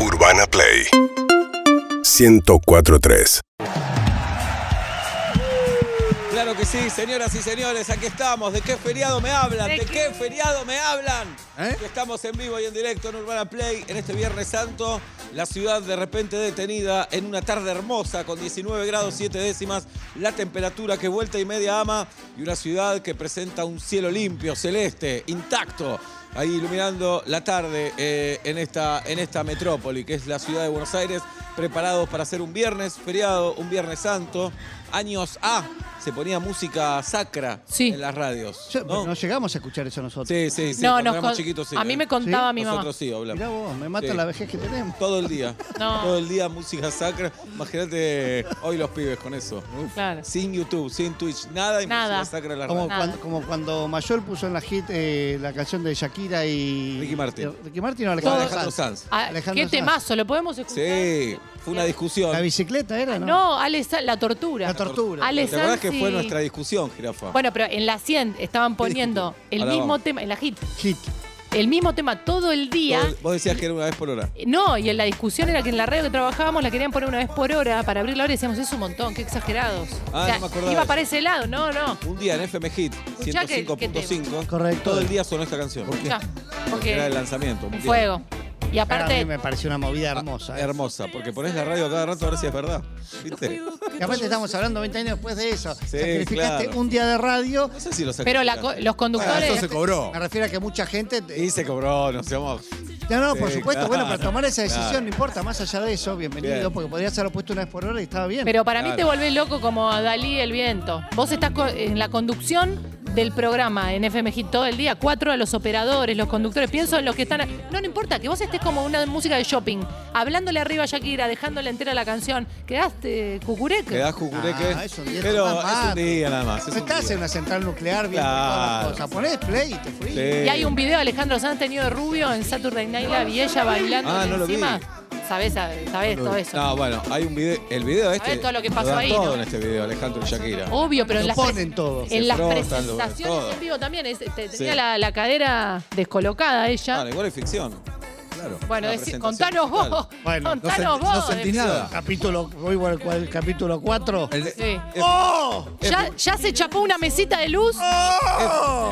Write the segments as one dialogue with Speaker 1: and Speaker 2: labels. Speaker 1: Urbana Play 1043.
Speaker 2: Claro que sí, señoras y señores, aquí estamos. ¿De qué feriado me hablan? ¿De,
Speaker 3: ¿De
Speaker 2: qué?
Speaker 3: qué?
Speaker 2: feriado me hablan?
Speaker 4: ¿Eh?
Speaker 2: Que Estamos en vivo y en directo en Urbana Play en este Viernes Santo. La ciudad de repente detenida en una tarde hermosa con 19 grados 7 décimas, la temperatura que vuelta y media ama y una ciudad que presenta un cielo limpio, celeste, intacto. Ahí iluminando la tarde eh, en, esta, en esta metrópoli, que es la ciudad de Buenos Aires, preparados para hacer un viernes feriado, un viernes santo. Años A se ponía música sacra
Speaker 3: Sí.
Speaker 2: en las radios.
Speaker 4: Yo-
Speaker 2: ¿no?
Speaker 4: ¿no? llegamos a escuchar eso nosotros.
Speaker 2: Sí, sí, sí.
Speaker 3: no,
Speaker 2: cuando
Speaker 3: nos
Speaker 2: éramos
Speaker 3: con-
Speaker 2: chiquitos, sí,
Speaker 3: a mí
Speaker 2: ¿eh?
Speaker 3: me contaba mi mamá.
Speaker 2: Nosotros sí, hablamos.
Speaker 4: Mirá vos, me mata
Speaker 2: Sí.
Speaker 4: la vejez que tenemos.
Speaker 2: Todo el día.
Speaker 3: No.
Speaker 2: Todo el día música sacra. Imagínate hoy los pibes con eso. Uf.
Speaker 3: Claro.
Speaker 2: Sin YouTube, sin Twitch, nada y
Speaker 3: Nada.
Speaker 2: música sacra en la radio.
Speaker 4: Como
Speaker 3: Nada.
Speaker 4: cuando, como cuando Mayol puso en la hit eh, la canción de Shakira y.
Speaker 2: Ricky Martin.
Speaker 4: eh, Ricky Martin o
Speaker 2: Con
Speaker 4: Alejandro
Speaker 2: Alejandro
Speaker 4: Sanz.
Speaker 2: Sanz.
Speaker 3: Ah,
Speaker 4: Alejandro
Speaker 3: ¿Qué
Speaker 4: Sanz.
Speaker 3: temazo? ¿Lo podemos escuchar?
Speaker 2: Sí, fue una discusión.
Speaker 4: La bicicleta era, ¿no?
Speaker 3: No, Ale Sa- la tortura.
Speaker 4: La tortura.
Speaker 2: ¿Te
Speaker 3: Ale
Speaker 2: acordás
Speaker 3: Sanz
Speaker 2: que
Speaker 3: y-
Speaker 2: fue nuestra discusión, jirafa?
Speaker 3: Bueno, pero en la 100 estaban poniendo el
Speaker 2: Ahora
Speaker 3: mismo
Speaker 2: vamos.
Speaker 3: tema, en la hit,
Speaker 4: Hit.
Speaker 3: el mismo tema todo el día.
Speaker 2: Todo el- Vos decías que era una vez por hora.
Speaker 3: No, y en la discusión era que en la radio que trabajábamos la querían poner una vez por hora para abrir la hora y decíamos, es un montón, qué exagerados.
Speaker 2: Ah, no me acordaba
Speaker 3: iba
Speaker 2: eso.
Speaker 3: para ese lado, no, no.
Speaker 2: Un día en FM Hit
Speaker 3: Escuchá que-
Speaker 2: 105.5.
Speaker 4: Correcto.
Speaker 2: Todo el día sonó esta canción.
Speaker 3: Ya, porque
Speaker 2: Era el lanzamiento.
Speaker 3: un
Speaker 2: mundial.
Speaker 3: fuego. Y
Speaker 4: A mí
Speaker 3: aparte,
Speaker 4: me pareció una movida hermosa. eh.
Speaker 2: Hermosa, porque ponés la radio cada rato a ver si es verdad. ¿Viste?
Speaker 4: Y aparte estamos hablando 20 años después de eso. Sacrificaste
Speaker 2: claro. Ah,
Speaker 4: un día de radio.
Speaker 2: No sé si lo sacaste.
Speaker 3: pero la co- los conductores...
Speaker 4: cobró. Me refiero a que mucha gente.
Speaker 2: Y se cobró, no seamos.
Speaker 4: No, no, por
Speaker 2: Sí,
Speaker 4: supuesto. Bueno, para
Speaker 2: claro,
Speaker 4: tomar esa decisión
Speaker 2: claro.
Speaker 4: no importa. Más allá de eso, bienvenido,
Speaker 2: Bien.
Speaker 4: porque podrías haberlo puesto una vez por hora y estaba bien.
Speaker 3: Pero para mí
Speaker 2: Claro.
Speaker 3: te volvés loco como a Dalí el viento. Vos estás co- en la conducción del programa en FM Hit todo el día, cuatro a los operadores, los conductores, pienso en los que están... No, no importa, que vos estés como una música de shopping, hablándole arriba a Shakira, dejándole entera la canción, quedaste cucurec.
Speaker 2: Quedás jucureque.
Speaker 4: Ah, es un día
Speaker 2: pero
Speaker 4: nomás,
Speaker 2: es un
Speaker 4: mate.
Speaker 2: día nada más.
Speaker 4: No
Speaker 2: es un
Speaker 4: Pues estás
Speaker 2: día.
Speaker 4: en una central nuclear viendo todas
Speaker 2: Claro.
Speaker 4: las cosas. Ponés play y te fui.
Speaker 2: Sí.
Speaker 3: Y hay un video de Alejandro Sanz tenido de rubio en Saturday Night Live y ella bailando
Speaker 2: Ah, no lo vi.
Speaker 3: encima. Sabés, sabés, sabés todo eso.
Speaker 2: No, bueno, hay un video. El video este.
Speaker 3: todo lo que pasó
Speaker 2: dan
Speaker 3: ahí,
Speaker 2: Todo
Speaker 3: ¿no?
Speaker 2: en este video, Alejandro y Shakira.
Speaker 3: Obvio, pero en
Speaker 4: Lo
Speaker 3: las,
Speaker 4: ponen todo.
Speaker 3: en las
Speaker 2: frotan, lo- todo.
Speaker 3: presentaciones en vivo también. es- te- tenía
Speaker 2: Sí.
Speaker 3: la, la cadera descolocada ella.
Speaker 2: Claro, igual es ficción. Claro. una
Speaker 3: Bueno, decí-
Speaker 2: presentación
Speaker 3: contanos
Speaker 2: total.
Speaker 3: vos.
Speaker 4: Bueno, no
Speaker 3: contanos
Speaker 5: sentí-
Speaker 3: vos.
Speaker 5: no sentí
Speaker 3: decí-
Speaker 5: nada.
Speaker 4: Capítulo, voy al cual- capítulo 4.
Speaker 5: El-
Speaker 3: Sí.
Speaker 4: ¡Oh!
Speaker 3: ¿Ya, ya se chapó una mesita de luz?
Speaker 2: Oh,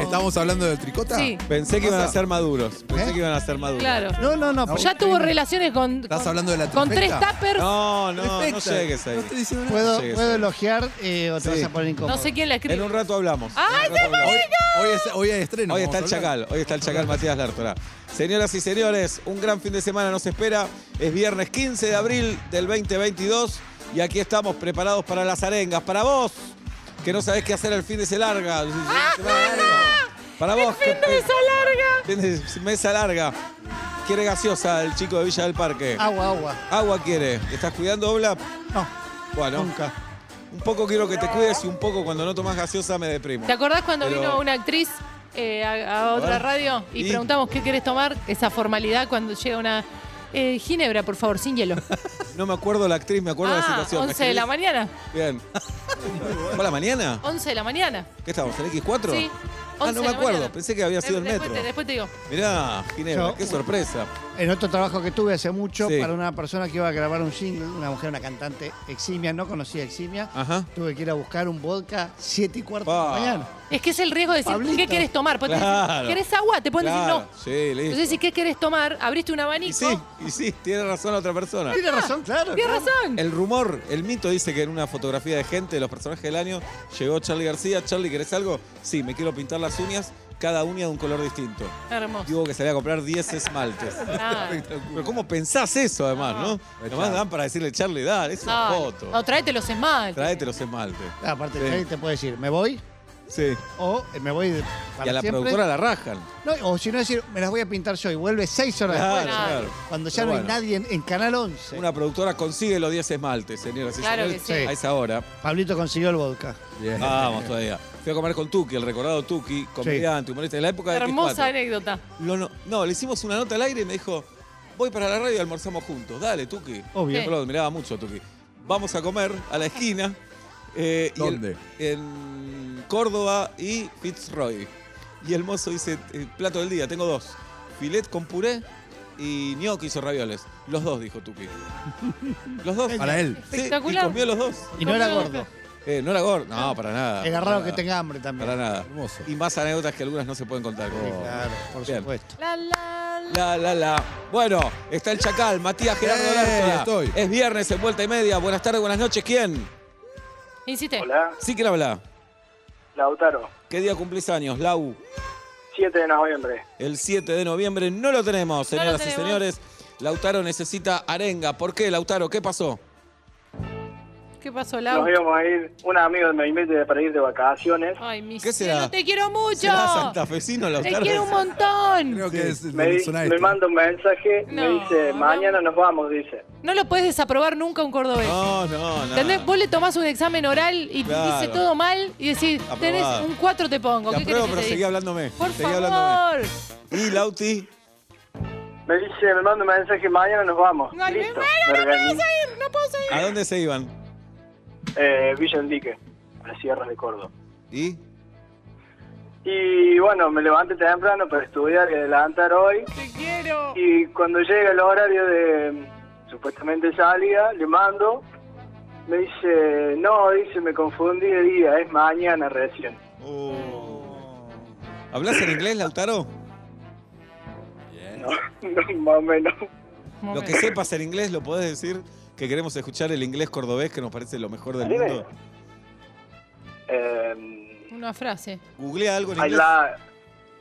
Speaker 5: ¿Estamos hablando de tricota?
Speaker 3: Sí.
Speaker 2: Pensé que iban a ser maduros. Pensé
Speaker 4: ¿Eh?
Speaker 2: que iban a ser maduros.
Speaker 3: Claro.
Speaker 4: No, no, no.
Speaker 3: Ya tuvo relaciones con.
Speaker 5: ¿Estás
Speaker 3: con-
Speaker 5: hablando de la
Speaker 3: Con tres
Speaker 5: trifecta?
Speaker 3: tappers.
Speaker 2: No,
Speaker 3: No,
Speaker 2: no, no
Speaker 5: Perfecta.
Speaker 2: llegues ahí.
Speaker 5: No estoy diciendo nada.
Speaker 4: ¿Puedo,
Speaker 2: Sí,
Speaker 4: puedo
Speaker 2: sí.
Speaker 4: elogiar eh, o te
Speaker 2: Sí.
Speaker 4: vas a poner incómodo?
Speaker 3: sé quién la
Speaker 2: En
Speaker 3: escribió.
Speaker 2: un rato hablamos.
Speaker 3: ¡Ay,
Speaker 2: En un rato hablamos.
Speaker 5: Hoy, hoy es, hoy es estreno.
Speaker 2: Hoy está el
Speaker 5: vamos a hablar.
Speaker 2: Chacal, hoy está el Chacal Matías Lártora. Señoras y señores, un gran fin de semana nos espera. Es viernes 15 de abril del 2022 y aquí estamos preparados para las arengas. Para vos, que no sabés qué hacer el fin de semana larga. Semana larga. Para vos, que
Speaker 3: Ah, ¡Fin de esa larga!
Speaker 2: fin de mesa larga. Quiere gaseosa el chico de Villa del Parque.
Speaker 4: Agua, agua.
Speaker 2: Agua quiere. ¿Te estás cuidando, Obla?
Speaker 4: No,
Speaker 2: Bueno,
Speaker 4: nunca.
Speaker 2: un poco quiero que te cuides y un poco cuando no tomás gaseosa me deprimo.
Speaker 3: ¿Te acordás cuando
Speaker 2: Pero-
Speaker 3: vino una actriz eh, a, a otra
Speaker 2: ver.
Speaker 3: radio y,
Speaker 2: ¿Y?
Speaker 3: preguntamos qué querés tomar? Esa formalidad cuando llega una. eh, Ginebra, por favor, sin hielo.
Speaker 2: No me acuerdo la actriz, me acuerdo la
Speaker 3: ah,
Speaker 2: situación. ¿Me
Speaker 3: 11 de la
Speaker 2: escribís?
Speaker 3: mañana.
Speaker 2: Bien. ¿Por la mañana?
Speaker 3: 11 de la mañana.
Speaker 2: ¿Qué estamos? ¿En X4?
Speaker 3: Sí. 11
Speaker 2: Ah,
Speaker 3: de
Speaker 2: no me
Speaker 3: la
Speaker 2: acuerdo.
Speaker 3: mañana.
Speaker 2: Pensé que había sido el
Speaker 3: Después
Speaker 2: metro.
Speaker 3: te- después te digo.
Speaker 2: Mirá, Ginebra,
Speaker 4: Yo-
Speaker 2: qué sorpresa.
Speaker 4: En otro trabajo que tuve hace mucho,
Speaker 2: Sí.
Speaker 4: para una persona que iba a grabar un single, una mujer, una cantante eximia, no conocía eximia,
Speaker 2: Ajá.
Speaker 4: tuve que ir a buscar un vodka 7 y cuarto de
Speaker 2: Pa.
Speaker 4: la mañana.
Speaker 3: Es que es el riesgo de decir,
Speaker 4: Pablito.
Speaker 3: ¿qué querés tomar? Porque
Speaker 2: Claro.
Speaker 3: ¿Querés agua? Te pueden
Speaker 2: Claro,
Speaker 3: decir no. Pues
Speaker 2: Sí, listo.
Speaker 3: Entonces, si ¿qué querés tomar? Abriste un
Speaker 2: y
Speaker 3: abanico.
Speaker 2: sí, y sí, tiene razón la otra persona.
Speaker 4: Tiene razón, claro.
Speaker 3: Tienes
Speaker 4: claro.
Speaker 3: razón.
Speaker 2: El rumor, el mito dice que en una fotografía de gente, de los personajes del año, llegó Charlie García. Charlie, ¿querés algo? Sí, me quiero pintar las uñas, cada uña de un color distinto. Y
Speaker 3: Hermoso.
Speaker 2: hubo que salir a comprar 10 esmaltes.
Speaker 3: Ah.
Speaker 2: Pero ¿cómo pensás eso además,
Speaker 4: Ah.
Speaker 2: no? Nomás dan para decirle, Charlie, dale, es una
Speaker 3: Ah,
Speaker 2: foto.
Speaker 3: No, tráete los esmaltes.
Speaker 2: Tráete los esmaltes.
Speaker 4: Aparte,
Speaker 2: Sí.
Speaker 4: ahí te puede decir, ¿me voy?
Speaker 2: Sí.
Speaker 4: O eh, me voy de- para
Speaker 2: Y a la
Speaker 4: siempre.
Speaker 2: productora la rajan.
Speaker 4: No, o si no decir, me las voy a pintar yo y vuelve seis horas
Speaker 2: Claro,
Speaker 4: después.
Speaker 2: claro.
Speaker 4: Cuando ya
Speaker 2: Pero
Speaker 4: no
Speaker 2: bueno.
Speaker 4: hay nadie en, en Canal 11.
Speaker 2: Una productora consigue los 10 esmaltes, señoras y
Speaker 3: Claro
Speaker 2: señores,
Speaker 3: que
Speaker 4: sí.
Speaker 2: a esa hora.
Speaker 4: Pablito consiguió el vodka.
Speaker 5: Bien.
Speaker 2: Vamos todavía. Fui a comer con Tuki, el recordado Tuki, comediante, humorista de la época de
Speaker 3: Hermosa
Speaker 2: X4.
Speaker 3: anécdota.
Speaker 2: Lo no, no, le hicimos una nota al aire y me dijo, voy para la radio y almorzamos juntos. Dale, Tuki.
Speaker 4: Obvio.
Speaker 2: Me acuerdo, miraba mucho a Tuki. Vamos a comer a la esquina. eh, y el-
Speaker 5: ¿Dónde?
Speaker 2: en Córdoba y Fitzroy. Y el mozo dice, eh, plato del día, tengo dos. Filet con puré y Gnocchi hizo ravioles. Los dos, dijo Tupi. Los dos.
Speaker 5: Para él.
Speaker 2: Sí,
Speaker 3: Espectacular.
Speaker 2: Y comió los dos.
Speaker 4: Y no era gordo.
Speaker 2: Eh, no era gordo. No, para nada. para
Speaker 4: Era Ah, raro que
Speaker 2: nada,
Speaker 4: tenga hambre también.
Speaker 2: Para nada.
Speaker 5: Hermoso.
Speaker 2: Y más anécdotas que algunas no se pueden contar. Oh.
Speaker 4: Sí, claro, por
Speaker 2: Bien.
Speaker 4: supuesto.
Speaker 3: La, la,
Speaker 2: La,
Speaker 3: la.
Speaker 2: la, la. Bueno, está el Chacal, Matías Gerardo
Speaker 5: ¡Eh!
Speaker 2: Lártola.
Speaker 5: Estoy.
Speaker 2: Es viernes en vuelta y media. Buenas tardes, buenas noches. ¿Quién?
Speaker 3: Insiste.
Speaker 1: Hola,
Speaker 2: Sí, ¿quién habla?
Speaker 1: Lautaro,
Speaker 2: ¿Qué día cumplís años, Lau?
Speaker 1: 7 de noviembre.
Speaker 2: El 7 de noviembre no lo tenemos,
Speaker 3: No lo
Speaker 2: señoras y
Speaker 3: tenemos.
Speaker 2: señores. Lautaro necesita arenga. ¿Por qué, Lautaro? ¿Qué pasó?
Speaker 3: ¿Qué pasó, Lau?
Speaker 1: Nos íbamos a ir, un amigo me invita para ir de vacaciones.
Speaker 3: Ay, mi
Speaker 2: ¿Qué
Speaker 3: cielo,
Speaker 2: será?
Speaker 3: te quiero mucho.
Speaker 2: ¿Será santafesino,
Speaker 3: Te
Speaker 2: Lautaro?
Speaker 3: quiero un montón.
Speaker 5: Creo que es
Speaker 1: Me, di-
Speaker 5: suena
Speaker 1: me
Speaker 5: esto.
Speaker 1: manda un mensaje,
Speaker 3: No,
Speaker 1: me dice,
Speaker 3: no.
Speaker 1: mañana nos vamos, dice.
Speaker 3: No lo puedes desaprobar nunca a un cordobés.
Speaker 2: No, no, no.
Speaker 3: ¿Entendés? Vos le tomás un examen oral y te
Speaker 2: Claro.
Speaker 3: dice todo mal y decís,
Speaker 2: Aprobado.
Speaker 3: tenés un 4 te pongo.
Speaker 2: La
Speaker 3: ¿Qué
Speaker 2: prueba,
Speaker 3: querés que
Speaker 2: pero
Speaker 3: te
Speaker 2: seguí
Speaker 3: diga?
Speaker 2: hablándome.
Speaker 3: Por
Speaker 2: seguí hablándome.
Speaker 3: favor.
Speaker 2: Y Lauti,
Speaker 1: Me dice, me manda un mensaje, mañana nos vamos.
Speaker 3: No, me
Speaker 1: Listo,
Speaker 3: muero,
Speaker 1: me
Speaker 3: no
Speaker 1: organizo.
Speaker 3: puedo seguir, no puedo seguir.
Speaker 2: ¿a dónde se iban?
Speaker 1: Eh, Villa Enrique, a las sierras de Córdoba.
Speaker 2: ¿Y?
Speaker 1: Y bueno, me levanté temprano para estudiar y adelantar hoy.
Speaker 3: Te quiero.
Speaker 1: Y cuando llega el horario de mm, supuestamente salida, le mando. Me dice, no, dice, me confundí de día, es mañana recién.
Speaker 3: Oh.
Speaker 2: ¿Hablas en inglés, Lautaro?
Speaker 1: No, no, más o menos.
Speaker 2: Lo que sepas en inglés lo podés decir, que queremos escuchar el inglés cordobés, que nos parece lo mejor del
Speaker 1: Dime.
Speaker 2: mundo.
Speaker 1: Eh,
Speaker 3: Una frase.
Speaker 2: Googlea algo en
Speaker 1: I
Speaker 2: inglés.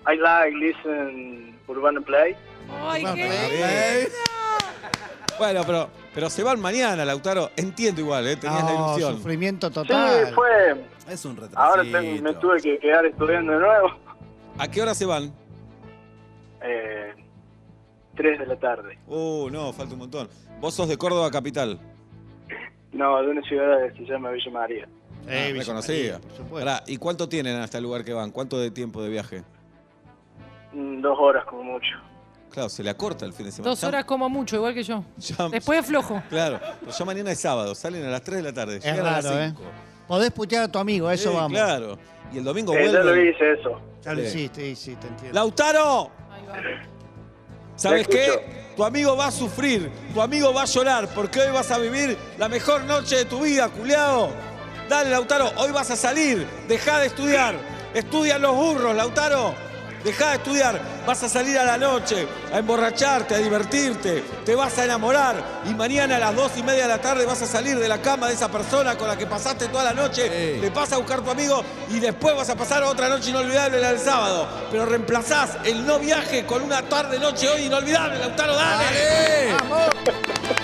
Speaker 1: like, I like listen Urbana Play.
Speaker 3: Ay,
Speaker 4: Vamos,
Speaker 3: qué
Speaker 4: Lau.
Speaker 2: Eh, Bueno, pero, pero se van mañana, Lautaro. Entiendo igual, ¿eh? tenías la
Speaker 4: No,
Speaker 2: ilusión.
Speaker 4: sufrimiento
Speaker 1: Sí,
Speaker 4: total.
Speaker 1: fue.
Speaker 5: Es un retrasito.
Speaker 1: Ahora tengo- me tuve que quedar estudiando de nuevo.
Speaker 2: ¿A qué hora se van?
Speaker 1: Eh, 3 de la tarde.
Speaker 2: Uh, no, falta un montón. Vos sos de Córdoba capital.
Speaker 1: No, de una ciudad que se llama Villa María.
Speaker 2: Ah,
Speaker 4: Eh, Villa
Speaker 2: reconocida.
Speaker 4: María, por supuesto.
Speaker 2: Pará, ¿Y cuánto tienen hasta el lugar que van? ¿Cuánto de tiempo de viaje?
Speaker 1: Mm, Dos horas como mucho.
Speaker 2: Claro, se le acorta el fin de semana.
Speaker 3: Dos
Speaker 2: Ya-
Speaker 3: horas como mucho, igual que yo.
Speaker 2: ya-
Speaker 3: Después flojo.
Speaker 2: Claro, pero ya mañana es sábado, salen a las 3 de la tarde.
Speaker 4: Es
Speaker 2: llegan a las
Speaker 4: raro, ¿eh?
Speaker 2: 5.
Speaker 4: Podés putear a tu amigo, a eso
Speaker 2: Sí,
Speaker 4: vamos.
Speaker 2: Claro. Y el domingo
Speaker 1: Eh, ya lo
Speaker 2: vuelven.
Speaker 1: hice eso.
Speaker 4: Ya lo
Speaker 2: Sí.
Speaker 4: hiciste, sí, sí, te entiendo.
Speaker 2: ¡Lautaro!
Speaker 3: Ahí va.
Speaker 2: ¿Sabes
Speaker 1: Te escucho.
Speaker 2: qué? Tu amigo va a sufrir, tu amigo va a llorar, porque hoy vas a vivir la mejor noche de tu vida, culiao. Dale, Lautaro, hoy vas a salir, deja de estudiar. Estudian los burros, Lautaro. Deja de estudiar, vas a salir a la noche, a emborracharte, a divertirte, te vas a enamorar y mañana a las dos y media de la tarde vas a salir de la cama de esa persona con la que pasaste toda la noche,
Speaker 5: Sí.
Speaker 2: le vas a buscar tu amigo y después vas a pasar otra noche inolvidable la del sábado. Pero reemplazás el no viaje con una tarde, noche hoy inolvidable, Lautaro, dale.
Speaker 5: ¡Dale!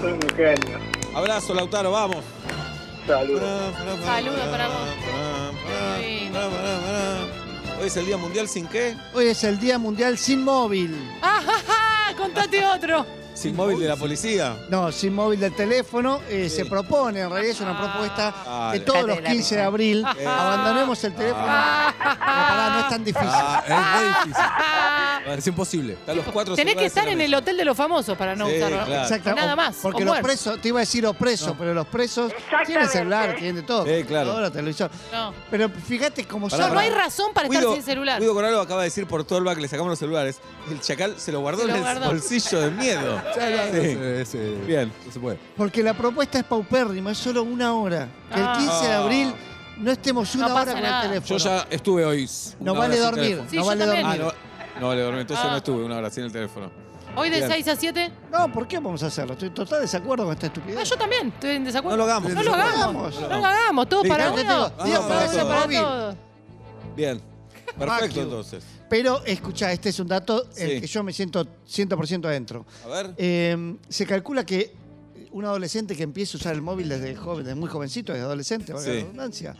Speaker 1: Soy un genio.
Speaker 2: Oh, abrazo, Lautaro, vamos.
Speaker 1: Saludos.
Speaker 3: Saludos para vos. Qué
Speaker 2: Hoy es el Día Mundial sin qué?
Speaker 4: Hoy es el Día Mundial sin móvil.
Speaker 3: ¡Ah, ja, ja! Contate otro.
Speaker 2: Sin móvil de la policía.
Speaker 4: No, sin móvil del teléfono. eh,
Speaker 2: Sí.
Speaker 4: Se propone, en realidad es una
Speaker 3: Ah.
Speaker 4: propuesta de
Speaker 2: Dale. Eh.
Speaker 4: todos los 15 de abril. Abandonemos el teléfono.
Speaker 3: Ah.
Speaker 4: No, pará, no es tan difícil.
Speaker 5: Ah, es muy difícil. Es imposible.
Speaker 2: Están los cuatro
Speaker 3: Tenés que
Speaker 2: celulares
Speaker 3: estar en
Speaker 2: la
Speaker 3: el hotel de los famosos para no
Speaker 2: Sí,
Speaker 3: usarlo.
Speaker 2: claro.
Speaker 4: Exacto.
Speaker 3: Nada
Speaker 4: o-
Speaker 3: más,
Speaker 4: Porque
Speaker 3: o
Speaker 4: los
Speaker 3: muerto.
Speaker 4: presos, te iba a decir los presos, pero los presos tienen celular, tienen de todo.
Speaker 2: Sí, claro.
Speaker 4: Ahora televisor.
Speaker 3: No.
Speaker 4: Pero fíjate cómo
Speaker 2: Pará,
Speaker 3: No,
Speaker 4: son.
Speaker 3: no
Speaker 2: pará.
Speaker 3: hay razón para estar sin celular.
Speaker 2: Guido Coralo acaba de decir por todo el back, le sacamos los celulares. El chacal se lo guardó
Speaker 3: Se lo
Speaker 2: en el
Speaker 3: guardó.
Speaker 2: bolsillo de miedo. Sí.
Speaker 5: Es, eh,
Speaker 2: Bien.
Speaker 5: No se puede.
Speaker 4: Porque la propuesta es paupérrima, es solo una hora. Que el
Speaker 3: Ah.
Speaker 4: 15 de abril no estemos una
Speaker 3: No
Speaker 4: hora
Speaker 3: pasa
Speaker 4: con
Speaker 3: nada.
Speaker 4: el teléfono.
Speaker 2: Yo ya estuve hoy.
Speaker 4: No
Speaker 2: una
Speaker 4: vale
Speaker 2: hora sin
Speaker 4: dormir,
Speaker 2: teléfono.
Speaker 3: Sí,
Speaker 4: no
Speaker 3: yo
Speaker 4: vale
Speaker 3: también.
Speaker 2: Ah,
Speaker 4: dormir.
Speaker 2: no, no vale dormir, entonces
Speaker 3: Ah.
Speaker 2: no estuve una hora sin el teléfono.
Speaker 3: Hoy de
Speaker 2: Bien.
Speaker 3: 6 a 7.
Speaker 2: Ah,
Speaker 4: no. ¿por qué vamos a hacerlo? Estoy en total desacuerdo con esta estupidez.
Speaker 3: Ah, yo también estoy en desacuerdo.
Speaker 2: No lo hagamos.
Speaker 3: No lo hagamos.
Speaker 4: Hagamos.
Speaker 3: No lo hagamos. Todo
Speaker 2: Listo.
Speaker 3: para
Speaker 2: Yo
Speaker 4: te
Speaker 3: uno.
Speaker 4: digo,
Speaker 2: día
Speaker 3: Todo
Speaker 2: para
Speaker 3: uno, para
Speaker 4: móvil.
Speaker 3: todos.
Speaker 2: Bien.
Speaker 4: Fuck
Speaker 2: Perfecto
Speaker 4: you.
Speaker 2: entonces.
Speaker 4: Pero escucha, este es un dato en
Speaker 2: Sí.
Speaker 4: el que yo me siento 100% adentro.
Speaker 2: A ver.
Speaker 4: Eh, se calcula que un adolescente que empiece a usar el móvil desde joven, desde muy jovencito, desde adolescente, valga la
Speaker 2: Sí.
Speaker 4: redundancia,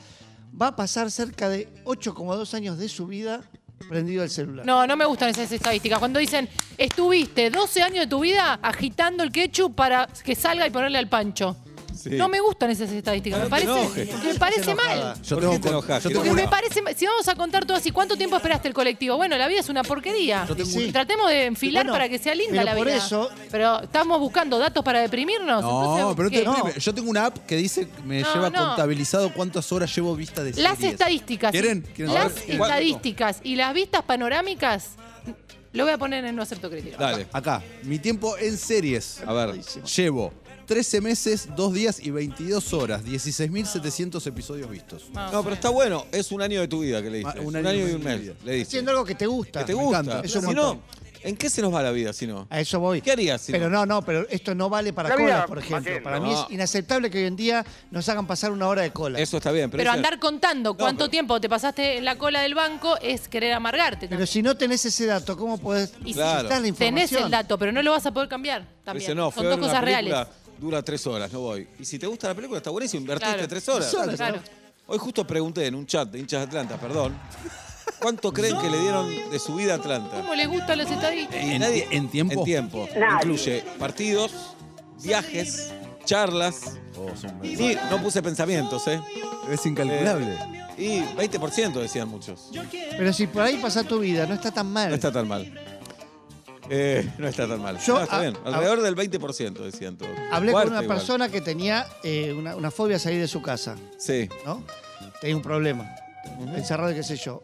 Speaker 4: va a pasar cerca de 8,2 años de su vida prendido el celular.
Speaker 3: No, no me gustan esas estadísticas. Cuando dicen, estuviste 12 años de tu vida agitando el ketchup para que salga y ponerle al pancho.
Speaker 2: Sí.
Speaker 3: No me gustan esas estadísticas. Me
Speaker 2: No te
Speaker 3: parece,
Speaker 2: enojes.
Speaker 3: me parece
Speaker 4: enojada.
Speaker 3: mal.
Speaker 5: Yo
Speaker 2: ¿Por
Speaker 5: tengo,
Speaker 2: qué te
Speaker 5: con-
Speaker 2: enojás, Quiroga?
Speaker 5: yo tengo
Speaker 3: Porque me
Speaker 5: una-
Speaker 3: parece, mal. si vamos a contar todo así, ¿cuánto tiempo esperaste el colectivo? Bueno, la vida es una porquería.
Speaker 5: Yo tengo
Speaker 3: Y
Speaker 4: un-
Speaker 3: Tratemos de enfilar
Speaker 4: Bueno,
Speaker 3: para que sea linda
Speaker 4: pero
Speaker 3: la vida.
Speaker 4: por eso-
Speaker 3: Pero estamos buscando datos para deprimirnos.
Speaker 5: No,
Speaker 3: entonces,
Speaker 5: pero
Speaker 3: ¿qué?
Speaker 5: te- espérame, yo tengo una app que dice que me
Speaker 3: No,
Speaker 5: lleva
Speaker 3: no.
Speaker 5: contabilizado cuántas horas llevo vista de
Speaker 3: Las
Speaker 5: series.
Speaker 3: estadísticas.
Speaker 5: ¿Quieren? ¿Quieren
Speaker 3: Las
Speaker 5: saber?
Speaker 2: ¿Cuál?
Speaker 3: estadísticas y las vistas panorámicas Lo voy a poner en no acepto crítica.
Speaker 2: Dale.
Speaker 5: Acá, mi tiempo en series.
Speaker 2: A ver.
Speaker 4: Buenísimo.
Speaker 5: Llevo 13 meses, 2 días y 22 horas, 16.700 episodios vistos.
Speaker 3: Vamos
Speaker 2: No, pero está bueno. Es un año de tu vida que le diste.
Speaker 5: Ah,
Speaker 2: un, año y un
Speaker 5: de
Speaker 2: mes.
Speaker 5: mi vida.
Speaker 2: Le diste.
Speaker 4: Haciendo algo que te gusta.
Speaker 2: que te
Speaker 5: me
Speaker 2: gusta.
Speaker 5: encanta.
Speaker 4: Es un
Speaker 2: si no,
Speaker 4: montón. Ah,
Speaker 2: ¿en qué se nos va la vida si no?
Speaker 4: A eso voy.
Speaker 2: ¿Qué harías si
Speaker 4: pero
Speaker 2: no?
Speaker 4: no, no, pero esto no vale para
Speaker 6: La vida,
Speaker 4: colas, por ejemplo.
Speaker 6: Matilde.
Speaker 4: Para mí
Speaker 2: No.
Speaker 4: es inaceptable que hoy en día nos hagan pasar una hora de cola.
Speaker 2: Eso está bien. Pero,
Speaker 3: Pero
Speaker 2: ese-
Speaker 3: andar contando cuánto
Speaker 2: pero-
Speaker 3: tiempo te pasaste en la cola del banco es querer amargarte.
Speaker 4: Pero
Speaker 3: también.
Speaker 4: si no tenés ese dato, ¿cómo podés
Speaker 3: Y si
Speaker 2: Claro.
Speaker 4: necesitas la información?
Speaker 3: Tenés el dato, pero no lo vas a poder cambiar.
Speaker 2: pero
Speaker 3: También.
Speaker 2: ese no, fue
Speaker 3: Son dos cosas reales.
Speaker 2: Dura tres horas, no voy. Y si te gusta la película, está buenísimo. Invertiste
Speaker 3: Claro.
Speaker 2: tres horas.
Speaker 3: Tres horas, Claro.
Speaker 2: Hoy justo pregunté en un chat de hinchas de Atlanta, perdón. ¿Cuánto creen que le dieron de su vida a Atlanta?
Speaker 3: ¿Cómo les gustan las estadísticas?
Speaker 2: Y
Speaker 5: ¿En ti- en tiempo?
Speaker 2: En tiempo. Incluye partidos, viajes, charlas. Y no puse pensamientos, ¿eh?
Speaker 5: Es incalculable.
Speaker 2: Y 20% decían muchos.
Speaker 4: Pero si por ahí pasa tu vida, no está tan mal.
Speaker 2: No está tan mal. Eh, no está tan mal.
Speaker 4: Yo,
Speaker 2: No, está
Speaker 4: a-
Speaker 2: bien.
Speaker 4: a-
Speaker 2: Alrededor del 20% decían todos.
Speaker 4: Hablé con
Speaker 2: Cuarto
Speaker 4: una
Speaker 2: igual.
Speaker 4: persona que tenía eh, una, una fobia a salir de su casa,
Speaker 2: Sí.
Speaker 4: ¿no? Tenía un problema. Encerrado y qué sé yo.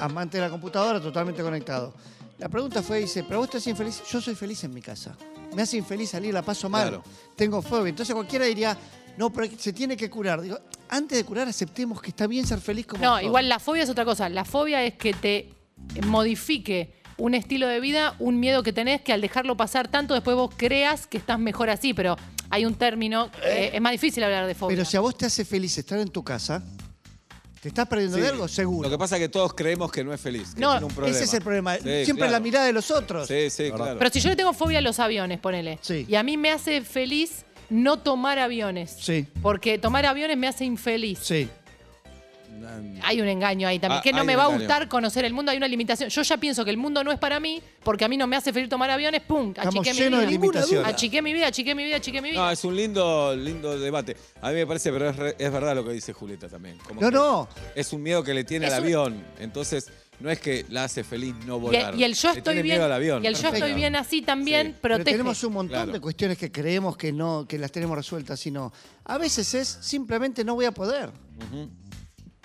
Speaker 4: Amante de la computadora, totalmente conectado. La pregunta fue, dice, ¿pero vos estás infeliz? Yo soy feliz en mi casa. Me hace infeliz salir, la paso mal.
Speaker 2: Claro.
Speaker 4: Tengo fobia. Entonces cualquiera diría, no, pero se tiene que curar. Digo, antes de curar aceptemos que está bien ser feliz como
Speaker 3: No,
Speaker 4: sos.
Speaker 3: igual la fobia es otra cosa. La fobia es que te modifique un estilo de vida, un miedo que tenés, que al dejarlo pasar tanto, después vos creas que estás mejor así, pero hay un término, eh, es más difícil hablar de fobia.
Speaker 4: Pero si a vos te hace feliz estar en tu casa, ¿te estás perdiendo
Speaker 2: Sí.
Speaker 4: de algo? Seguro.
Speaker 2: Lo que pasa es que todos creemos que no es feliz. que
Speaker 3: No,
Speaker 2: tiene un problema.
Speaker 4: Ese es el problema.
Speaker 2: Sí,
Speaker 4: Siempre
Speaker 2: claro.
Speaker 4: la mirada de los otros.
Speaker 2: Sí, sí, claro.
Speaker 3: Pero si yo le tengo fobia a los aviones, ponele.
Speaker 4: Sí.
Speaker 3: Y a mí me hace feliz no tomar aviones.
Speaker 4: Sí.
Speaker 3: Porque tomar aviones me hace infeliz.
Speaker 4: Sí.
Speaker 3: Hay un engaño ahí también.
Speaker 2: Ah,
Speaker 3: que no
Speaker 2: hay
Speaker 3: me
Speaker 2: un
Speaker 3: va a
Speaker 2: engaño.
Speaker 3: gustar conocer el mundo, hay una limitación. Yo ya pienso que el mundo no es para mí, porque a mí no me hace feliz tomar aviones, pum,
Speaker 4: Estamos
Speaker 3: achiqué mi
Speaker 4: llenos de
Speaker 3: vida.
Speaker 4: limitaciones.
Speaker 3: Achiqué mi vida, achiqué mi vida, achiqué mi vida.
Speaker 2: No, es un lindo, lindo debate. A mí me parece, pero es, re- es verdad lo que dice Julieta también. Como
Speaker 4: No,
Speaker 2: que
Speaker 4: no.
Speaker 2: Es un miedo que le tiene
Speaker 3: Es
Speaker 2: al
Speaker 3: un-
Speaker 2: avión. Entonces, no es que la hace feliz no
Speaker 3: Y el-
Speaker 2: volar.
Speaker 3: Y el yo
Speaker 2: Le
Speaker 3: estoy
Speaker 2: tiene
Speaker 3: bien.
Speaker 2: miedo al avión.
Speaker 3: Y el yo
Speaker 4: Perfecto.
Speaker 3: estoy bien así también
Speaker 2: Sí.
Speaker 4: Pero
Speaker 3: protege.
Speaker 4: tenemos un montón
Speaker 2: Claro.
Speaker 4: de cuestiones que creemos que no, que las tenemos resueltas, sino a veces es simplemente no voy a poder.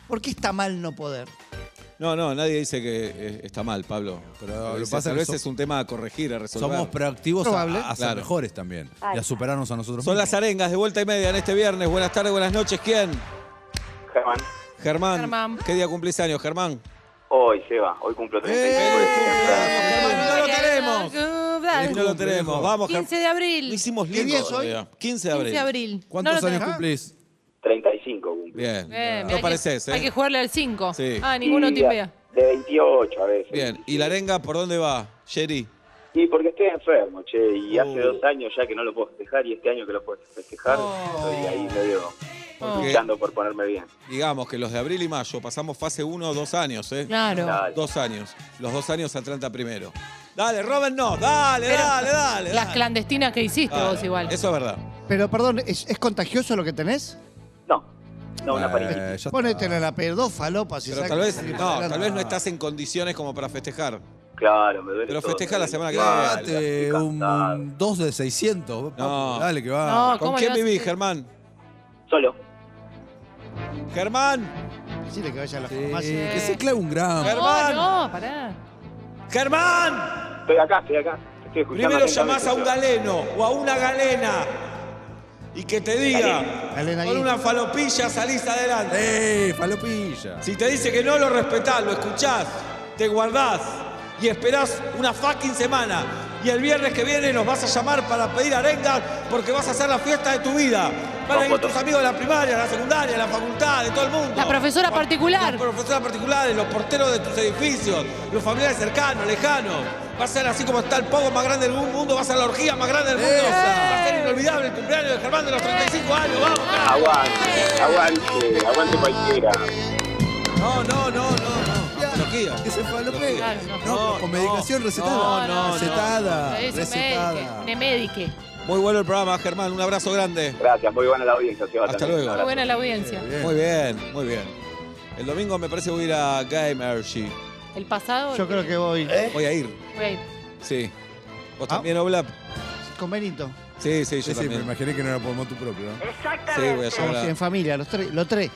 Speaker 4: ¿Por qué está mal no poder?
Speaker 2: No, no, nadie dice que eh, está mal, Pablo.
Speaker 5: Pero
Speaker 2: Pero
Speaker 5: lo
Speaker 2: dice,
Speaker 5: pasa
Speaker 2: tal
Speaker 5: que
Speaker 2: vez
Speaker 5: so-
Speaker 2: es un tema a corregir, a resolver.
Speaker 5: Somos proactivos a,
Speaker 4: Probable.
Speaker 5: a- a ser
Speaker 2: Claro.
Speaker 5: mejores también. Y a superarnos a nosotros
Speaker 2: Son
Speaker 5: mismos.
Speaker 2: las arengas de vuelta y media en este viernes. Buenas tardes, buenas noches. ¿Quién?
Speaker 7: Germán,
Speaker 2: Germán.
Speaker 3: Germán.
Speaker 2: ¿Qué día cumplís años, Germán?
Speaker 7: hoy Seba, hoy cumplo 35.
Speaker 2: Germán, no lo tenemos. No lo tenemos. Vamos, Germán.
Speaker 3: 15 de
Speaker 2: No
Speaker 3: abril.
Speaker 2: hicimos
Speaker 4: ¿Qué día
Speaker 2: lindo
Speaker 4: es hoy?
Speaker 2: todavía. 15 de abril.
Speaker 3: 15 de abril.
Speaker 5: ¿Cuántos
Speaker 3: No lo
Speaker 5: años
Speaker 3: tenemos.
Speaker 5: cumplís?
Speaker 7: 35 cumplo.
Speaker 2: Bien.
Speaker 3: Eh, mirá,
Speaker 2: no
Speaker 3: hay
Speaker 2: pareces,
Speaker 3: que-
Speaker 2: ¿eh?
Speaker 3: Hay que jugarle al 5.
Speaker 2: Sí.
Speaker 3: Ah, ninguno
Speaker 7: Y
Speaker 3: tipea.
Speaker 7: De 28 a veces.
Speaker 2: Bien. ¿Y la arenga por dónde va, Jerry?
Speaker 7: Y porque estoy enfermo, che, y
Speaker 2: Uh.
Speaker 7: hace dos años ya que no lo puedo festejar y este año que lo puedo festejar,
Speaker 3: Oh.
Speaker 7: estoy ahí medio
Speaker 2: Porque-
Speaker 7: luchando por ponerme bien.
Speaker 2: Digamos que los de abril y mayo pasamos fase 1 dos años, ¿eh?
Speaker 3: Claro.
Speaker 7: Dale.
Speaker 2: Dos años. Los dos años Atlanta primero. Dale, Robert, no. Dale, dale, dale.
Speaker 3: Las
Speaker 2: dale.
Speaker 3: clandestinas que hiciste
Speaker 2: Dale.
Speaker 3: vos igual.
Speaker 2: Eso es verdad.
Speaker 4: Pero perdón, ¿es, es contagioso lo que tenés?
Speaker 7: No, no, una parejita.
Speaker 5: Eh, ya
Speaker 4: Ponétela la pedófalo para si
Speaker 2: Pero
Speaker 4: saca-
Speaker 2: tal vez,
Speaker 4: salir
Speaker 2: no,
Speaker 4: adelante.
Speaker 2: tal vez no estás en condiciones como para festejar.
Speaker 7: Claro, me duele
Speaker 2: Pero
Speaker 7: todo,
Speaker 2: festeja
Speaker 7: me
Speaker 2: la
Speaker 7: duele.
Speaker 2: semana que viene. este,
Speaker 7: Ah,
Speaker 5: Date
Speaker 7: estoy cansado.
Speaker 5: un 2 de 600. papu.
Speaker 2: No.
Speaker 5: Dale, que va.
Speaker 3: No,
Speaker 2: ¿Con
Speaker 3: ¿cómo
Speaker 2: quién
Speaker 3: le vas a
Speaker 2: vivís,
Speaker 3: hacer?
Speaker 2: Germán?
Speaker 7: Solo.
Speaker 2: Germán,
Speaker 4: Decile que vaya a la
Speaker 5: Sí,
Speaker 4: farmacia.
Speaker 5: que se clave un gramo.
Speaker 2: Germán.
Speaker 3: No, no, pará.
Speaker 2: Germán.
Speaker 7: Estoy acá, estoy acá. Estoy escuchando
Speaker 2: Primero llamás
Speaker 7: atentamente,
Speaker 2: a un
Speaker 7: Seba.
Speaker 2: galeno o a una galena y que te diga,
Speaker 4: Galena
Speaker 2: con
Speaker 4: Aguirre.
Speaker 2: una falopilla salís adelante.
Speaker 5: ¡Eh, falopilla!
Speaker 2: Si te dice que no, lo respetás, lo escuchás, te guardás y esperás una fucking semana. Y el viernes que viene nos vas a llamar para pedir arengas porque vas a hacer la fiesta de tu vida. Van a ir
Speaker 7: Vamos,
Speaker 2: tus
Speaker 7: todos.
Speaker 2: amigos de la primaria, de la secundaria, de la facultad, de todo el mundo.
Speaker 3: La profesora particular.
Speaker 2: Los profesores particulares, los porteros de tus edificios, los familiares cercanos, lejanos. Va a ser así como está el pogo más grande del mundo, va a ser la orgía más grande del mundo.
Speaker 3: Eh.
Speaker 2: Va a ser inolvidable el cumpleaños de Germán de los 35 años. ¡Vamos! carajo!
Speaker 7: Aguante, aguante, aguante cualquiera.
Speaker 3: Ah.
Speaker 2: No, no, no, no, no. Loquía.
Speaker 5: Que se falopea.
Speaker 3: Claro,
Speaker 5: no,
Speaker 3: no.
Speaker 5: pero con medicación
Speaker 2: No,
Speaker 5: recetada.
Speaker 2: no, no.
Speaker 5: recetada.
Speaker 3: Es un médico,
Speaker 5: recetada.
Speaker 3: un médico.
Speaker 2: Muy bueno el programa, Germán. Un abrazo grande.
Speaker 7: Gracias, muy buena la audiencia, Seba.
Speaker 2: Hasta luego.
Speaker 7: también. Un
Speaker 3: Muy
Speaker 7: abrazo.
Speaker 3: buena la audiencia.
Speaker 2: Muy bien, muy bien. El domingo me parece voy a ir a Gamergy.
Speaker 3: El pasado.
Speaker 4: Yo creo que voy
Speaker 2: Voy a ir,
Speaker 3: Voy a ir.
Speaker 2: sí. ¿Vos
Speaker 4: Ah.
Speaker 2: también, Oblap?
Speaker 4: con Benito.
Speaker 2: Sí, sí, yo
Speaker 5: Sí, sí, me
Speaker 2: también.
Speaker 5: imaginé que no era por motu propio. ¿no?
Speaker 2: Sí, voy a
Speaker 4: Vamos
Speaker 2: llevar
Speaker 4: en familia, los tres. Los tres.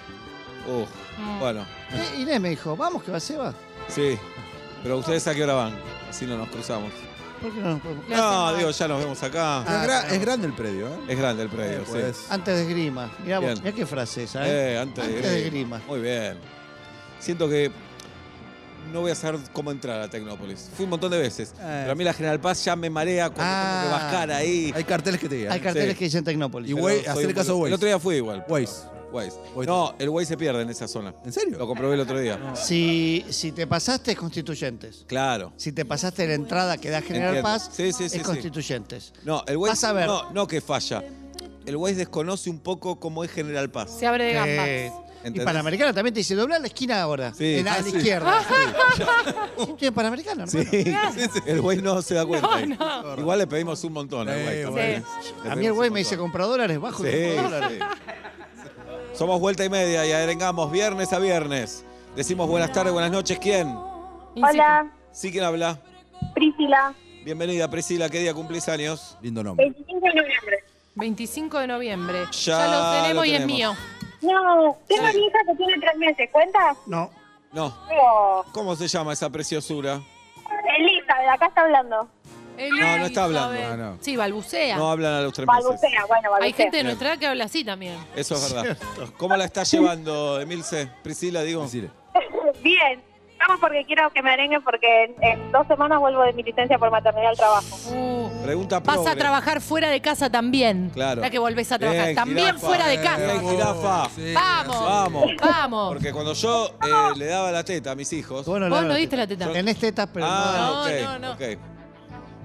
Speaker 2: a... Uf,
Speaker 3: Mm.
Speaker 2: Bueno,
Speaker 4: Eh, Inés me dijo, vamos que va Seba.
Speaker 2: sí. Pero ustedes a qué hora van. Así no nos cruzamos.
Speaker 4: ¿Por qué no nos podemos-
Speaker 3: Le hacen
Speaker 2: No,
Speaker 3: mal.
Speaker 2: digo, ya nos vemos acá.
Speaker 4: Ah.
Speaker 5: es, gra- es grande el predio, ¿eh?
Speaker 2: Es grande el predio,
Speaker 5: Eh, pues,
Speaker 2: sí.
Speaker 4: Antes de esgrima. Mirá, vos,
Speaker 2: Bien.
Speaker 4: mirá qué frase esa, ¿eh?
Speaker 2: Eh, antes,
Speaker 4: Antes de Grima.
Speaker 2: Muy bien. Siento que no voy a saber cómo entrar a Tecnópolis. Fui un montón de veces.
Speaker 4: Eh.
Speaker 2: Pero a mí la General Paz ya me marea cuando
Speaker 4: Ah.
Speaker 2: tengo que bajar ahí.
Speaker 5: Hay carteles que te
Speaker 4: Hay
Speaker 5: digan.
Speaker 4: carteles
Speaker 2: Sí.
Speaker 4: que dicen Tecnópolis.
Speaker 5: Y
Speaker 2: Pero
Speaker 5: Waze,
Speaker 2: soy
Speaker 5: hacele
Speaker 2: un
Speaker 5: caso a
Speaker 2: boludo.
Speaker 5: Waze.
Speaker 2: El otro día fui igual.
Speaker 5: Waze.
Speaker 2: Waze.
Speaker 5: Waze.
Speaker 2: No, el Waze se pierde en esa zona.
Speaker 5: ¿En
Speaker 2: Lo
Speaker 5: serio?
Speaker 2: comprobé el otro día.
Speaker 4: Si, si te pasaste, es constituyentes.
Speaker 2: Claro.
Speaker 4: Si te pasaste la entrada que da General
Speaker 2: Entiendo.
Speaker 4: Paz,
Speaker 2: Sí, sí, sí,
Speaker 4: es
Speaker 2: sí.
Speaker 4: constituyentes.
Speaker 2: No, el Waze.
Speaker 4: Vas a ver.
Speaker 2: No, no que falla. El Waze desconoce un poco cómo es General Paz.
Speaker 3: Se abre de gambas.
Speaker 4: Eh, y
Speaker 2: ¿Entendés?
Speaker 4: Panamericana también te dice doblar la esquina ahora.
Speaker 2: Sí,
Speaker 4: en la,
Speaker 2: ah,
Speaker 4: a la
Speaker 2: sí.
Speaker 4: izquierda. Sí, estoy en Panamericana,
Speaker 2: Sí,
Speaker 4: hermano.
Speaker 2: sí, sí. el güey no se da cuenta.
Speaker 3: No,
Speaker 2: Igual le pedimos un montón al güey.
Speaker 5: Sí,
Speaker 2: también. Le
Speaker 4: A mí el güey me
Speaker 2: pedimos
Speaker 4: dice,
Speaker 2: un montón.
Speaker 4: compra dólares, bajo y compro dólares.
Speaker 5: eh.
Speaker 2: Sí, sí. Somos vuelta y media y arengamos viernes a viernes. Decimos buenas tardes, buenas noches. ¿Quién?
Speaker 6: Hola,
Speaker 2: Sí, ¿quién habla?
Speaker 6: Priscila,
Speaker 2: Bienvenida, Priscila. ¿Qué día cumplís años?
Speaker 5: Lindo nombre.
Speaker 6: 25 de noviembre.
Speaker 3: 25 de noviembre. Ya,
Speaker 2: Ya
Speaker 3: lo, tenemos
Speaker 2: lo
Speaker 3: y es
Speaker 2: tenemos.
Speaker 3: mío.
Speaker 6: No, tengo a mi hija que tiene tres meses, ¿cuenta?
Speaker 4: No,
Speaker 2: No.
Speaker 6: No,
Speaker 2: ¿Cómo se llama esa preciosura?
Speaker 6: Elizabeth, acá está hablando.
Speaker 2: No, no está hablando.
Speaker 3: Elizabeth.
Speaker 5: Ah, no.
Speaker 3: Sí, balbucea.
Speaker 2: No hablan a los tres meses.
Speaker 6: Balbucea, bueno, balbucea.
Speaker 3: Hay gente de nuestra edad que habla así también.
Speaker 2: Eso es verdad. ¿Cómo la está llevando, Emilce? Priscila, digo.
Speaker 5: Decile.
Speaker 6: Bien, vamos porque quiero que me arenguen porque en, en dos semanas vuelvo de mi licencia por maternidad al trabajo.
Speaker 3: Uh,
Speaker 2: Pregunta
Speaker 3: vas a
Speaker 2: progre.
Speaker 3: trabajar fuera de casa también.
Speaker 2: Claro.
Speaker 3: La que volvés a trabajar.
Speaker 2: Bien,
Speaker 3: también
Speaker 2: jirafa.
Speaker 3: fuera de casa.
Speaker 2: Bien, jirafa.
Speaker 5: Sí,
Speaker 3: Vamos.
Speaker 2: Vamos.
Speaker 3: Vamos.
Speaker 2: Porque cuando yo eh, le daba la teta a mis hijos.
Speaker 4: vos no,
Speaker 3: Vos
Speaker 4: le
Speaker 3: no
Speaker 4: hablaste.
Speaker 3: diste la teta.
Speaker 4: Tenés tetas, pero
Speaker 2: ah,
Speaker 3: no.
Speaker 2: ok,
Speaker 3: No, no, no.
Speaker 2: ok.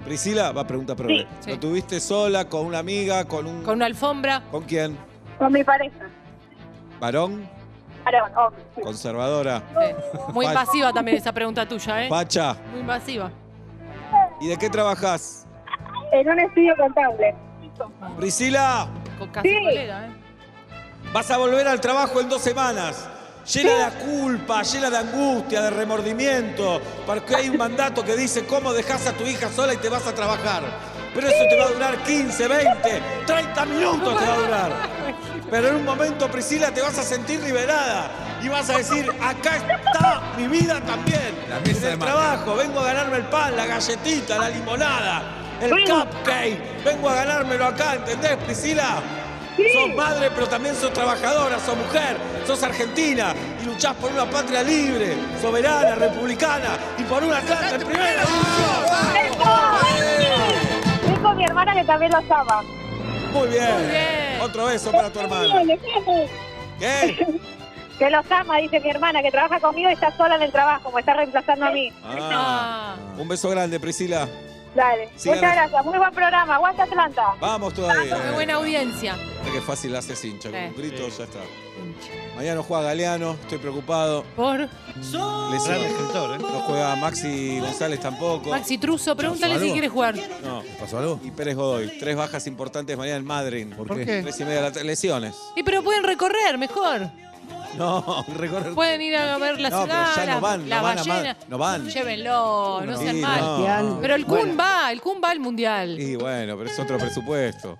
Speaker 2: Priscila, va a preguntar progre.
Speaker 3: Sí.
Speaker 2: ¿Lo
Speaker 3: Sí.
Speaker 2: tuviste sola, con una amiga, con un.
Speaker 3: Con una alfombra.
Speaker 2: ¿Con quién?
Speaker 6: Con mi pareja. oh,
Speaker 2: ¿Varón?
Speaker 6: Varón, hombre.
Speaker 2: ¿Conservadora?
Speaker 3: Eh, Muy
Speaker 2: Fal-
Speaker 3: invasiva también esa pregunta tuya, ¿eh?
Speaker 2: ¿Pacha?
Speaker 3: Muy invasiva.
Speaker 2: ¿Y de qué trabajás?
Speaker 6: En un estudio contable.
Speaker 2: Priscila,
Speaker 3: Con casi
Speaker 6: Sí.
Speaker 3: colega, ¿eh?
Speaker 2: vas a volver al trabajo en dos semanas. Llena de culpa, llena de angustia, de remordimiento, porque hay un mandato que dice cómo dejas a tu hija sola y te vas a trabajar. Pero eso te va a durar 15, 20, 30 minutos te va a durar. Pero en un momento, Priscila, te vas a sentir liberada y vas a decir, acá está mi vida también.
Speaker 5: La mesa
Speaker 2: En
Speaker 5: de
Speaker 2: el
Speaker 5: mate.
Speaker 2: trabajo, vengo a ganarme el pan, la galletita, la limonada, el cupcake. Vengo a ganármelo acá, ¿entendés, Priscila? Sos madre, pero también sos trabajadora, sos mujer, sos argentina y luchás por una patria libre, soberana, republicana y por una clase en primera división.
Speaker 6: ¡Eso! Fui con mi hermana que también lo ama.
Speaker 2: Muy bien.
Speaker 3: Muy bien.
Speaker 2: Otro beso para tu hermana. ¿Qué?
Speaker 6: Que los ama, dice mi hermana, que trabaja conmigo y está sola en el trabajo, me está reemplazando a mí.
Speaker 2: Ah,
Speaker 3: Ah.
Speaker 2: un beso grande, Priscila.
Speaker 6: Dale,
Speaker 2: Sí,
Speaker 6: muchas
Speaker 2: ganas.
Speaker 6: gracias, muy buen programa, aguanta Atlanta.
Speaker 2: Vamos todavía.
Speaker 3: Qué buena audiencia.
Speaker 2: Es que fácil la haces hincha, con
Speaker 3: Sí.
Speaker 2: un grito ya está. Mañana no juega Galeano, estoy preocupado.
Speaker 3: Por
Speaker 2: Lesión.
Speaker 4: Gran escritor, ¿eh?
Speaker 2: No juega Maxi González tampoco.
Speaker 3: Maxi Truso, pregúntale si
Speaker 5: ¿algo?
Speaker 3: quiere jugar.
Speaker 2: No.
Speaker 5: ¿Pasó algo?
Speaker 2: Y Pérez Godoy, tres bajas importantes mañana en Madrid.
Speaker 4: ¿Por qué?
Speaker 2: Tres y media de la tarde. Lesiones.
Speaker 3: Y pero pueden recorrer mejor.
Speaker 2: No, recorrer.
Speaker 3: Pueden ir a ver la
Speaker 2: No, pero
Speaker 3: ciudad,
Speaker 2: ya no
Speaker 3: la-
Speaker 2: van, no
Speaker 3: la
Speaker 2: van a
Speaker 3: ballena.
Speaker 2: Mad- no van.
Speaker 3: Llévenlo, no, sean
Speaker 2: Sí,
Speaker 3: mal.
Speaker 2: no.
Speaker 3: Pero el Kun va, el Kun va al mundial.
Speaker 2: Y bueno, pero es otro presupuesto.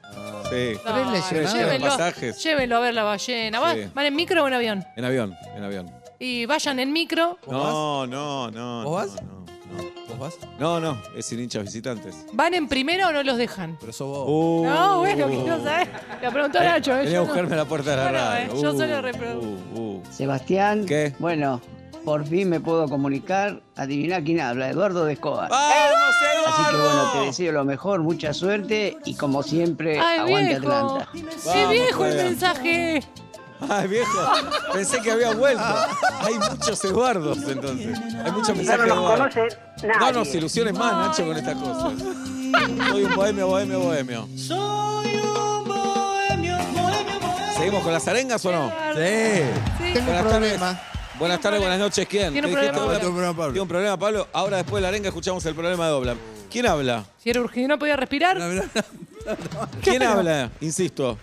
Speaker 2: Sí.
Speaker 3: No,
Speaker 4: Tres lesionados.
Speaker 3: llévenlo,
Speaker 2: Pasajes.
Speaker 3: llévenlo a ver la ballena. ¿Va-
Speaker 2: Sí.
Speaker 3: ¿Van en micro o en avión?
Speaker 2: En avión, en avión.
Speaker 3: Y vayan en micro.
Speaker 2: No, no, no.
Speaker 5: ¿Vos vas?
Speaker 2: No, no,
Speaker 5: ¿Vos vas?
Speaker 2: no. No, no, es sin hinchas visitantes.
Speaker 3: ¿Van en primero o no los dejan?
Speaker 5: Pero sos vos.
Speaker 2: Uh.
Speaker 3: No, bueno, quiero saber. Lo preguntó
Speaker 2: Ven-
Speaker 3: Nacho. ¿eh?
Speaker 2: Vení
Speaker 3: Yo
Speaker 2: a
Speaker 3: no.
Speaker 2: buscarme a la puerta de la
Speaker 3: Yo no,
Speaker 2: radio.
Speaker 3: eh. Yo solo reproduzco.
Speaker 2: uh, uh.
Speaker 8: Sebastián.
Speaker 2: ¿Qué?
Speaker 8: Bueno, por fin me puedo comunicar. Adiviná quién habla, Eduardo de Escobar.
Speaker 2: ¡Vamos,
Speaker 8: Así que bueno, te
Speaker 2: Eduardo!
Speaker 8: deseo lo mejor, mucha suerte y como siempre,
Speaker 3: Ay,
Speaker 8: aguante
Speaker 3: viejo.
Speaker 8: Atlanta.
Speaker 3: Qué
Speaker 2: Vamos,
Speaker 3: viejo el
Speaker 2: juega.
Speaker 3: mensaje.
Speaker 2: Ay, viejo, pensé que había vuelto. Hay muchos Eduardos entonces. Hay muchos
Speaker 9: no
Speaker 2: mensajes
Speaker 9: nos
Speaker 2: Eduardo.
Speaker 9: conoce nadie.
Speaker 2: No nos ilusiones más, Nacho, con estas cosas. Soy un bohemio, bohemio, bohemio. Soy un bohemio, bohemio, bohemio. ¿Seguimos con las arengas o no?
Speaker 5: Sí.
Speaker 4: Tengo
Speaker 2: Buenas
Speaker 4: un
Speaker 2: tardes.
Speaker 4: problema.
Speaker 2: Buenas tardes, buenas noches. ¿Quién?
Speaker 3: Tiene un
Speaker 2: Te dije
Speaker 3: problema,
Speaker 2: todo.
Speaker 5: Pablo. Tiene un problema, Pablo.
Speaker 2: Tiene un problema, Pablo. Ahora, después de la arenga, escuchamos el problema de Doblan. ¿Quién habla?
Speaker 3: Si era urgente, no podía respirar.
Speaker 5: La verdad,
Speaker 2: ¿Quién habla? Insisto.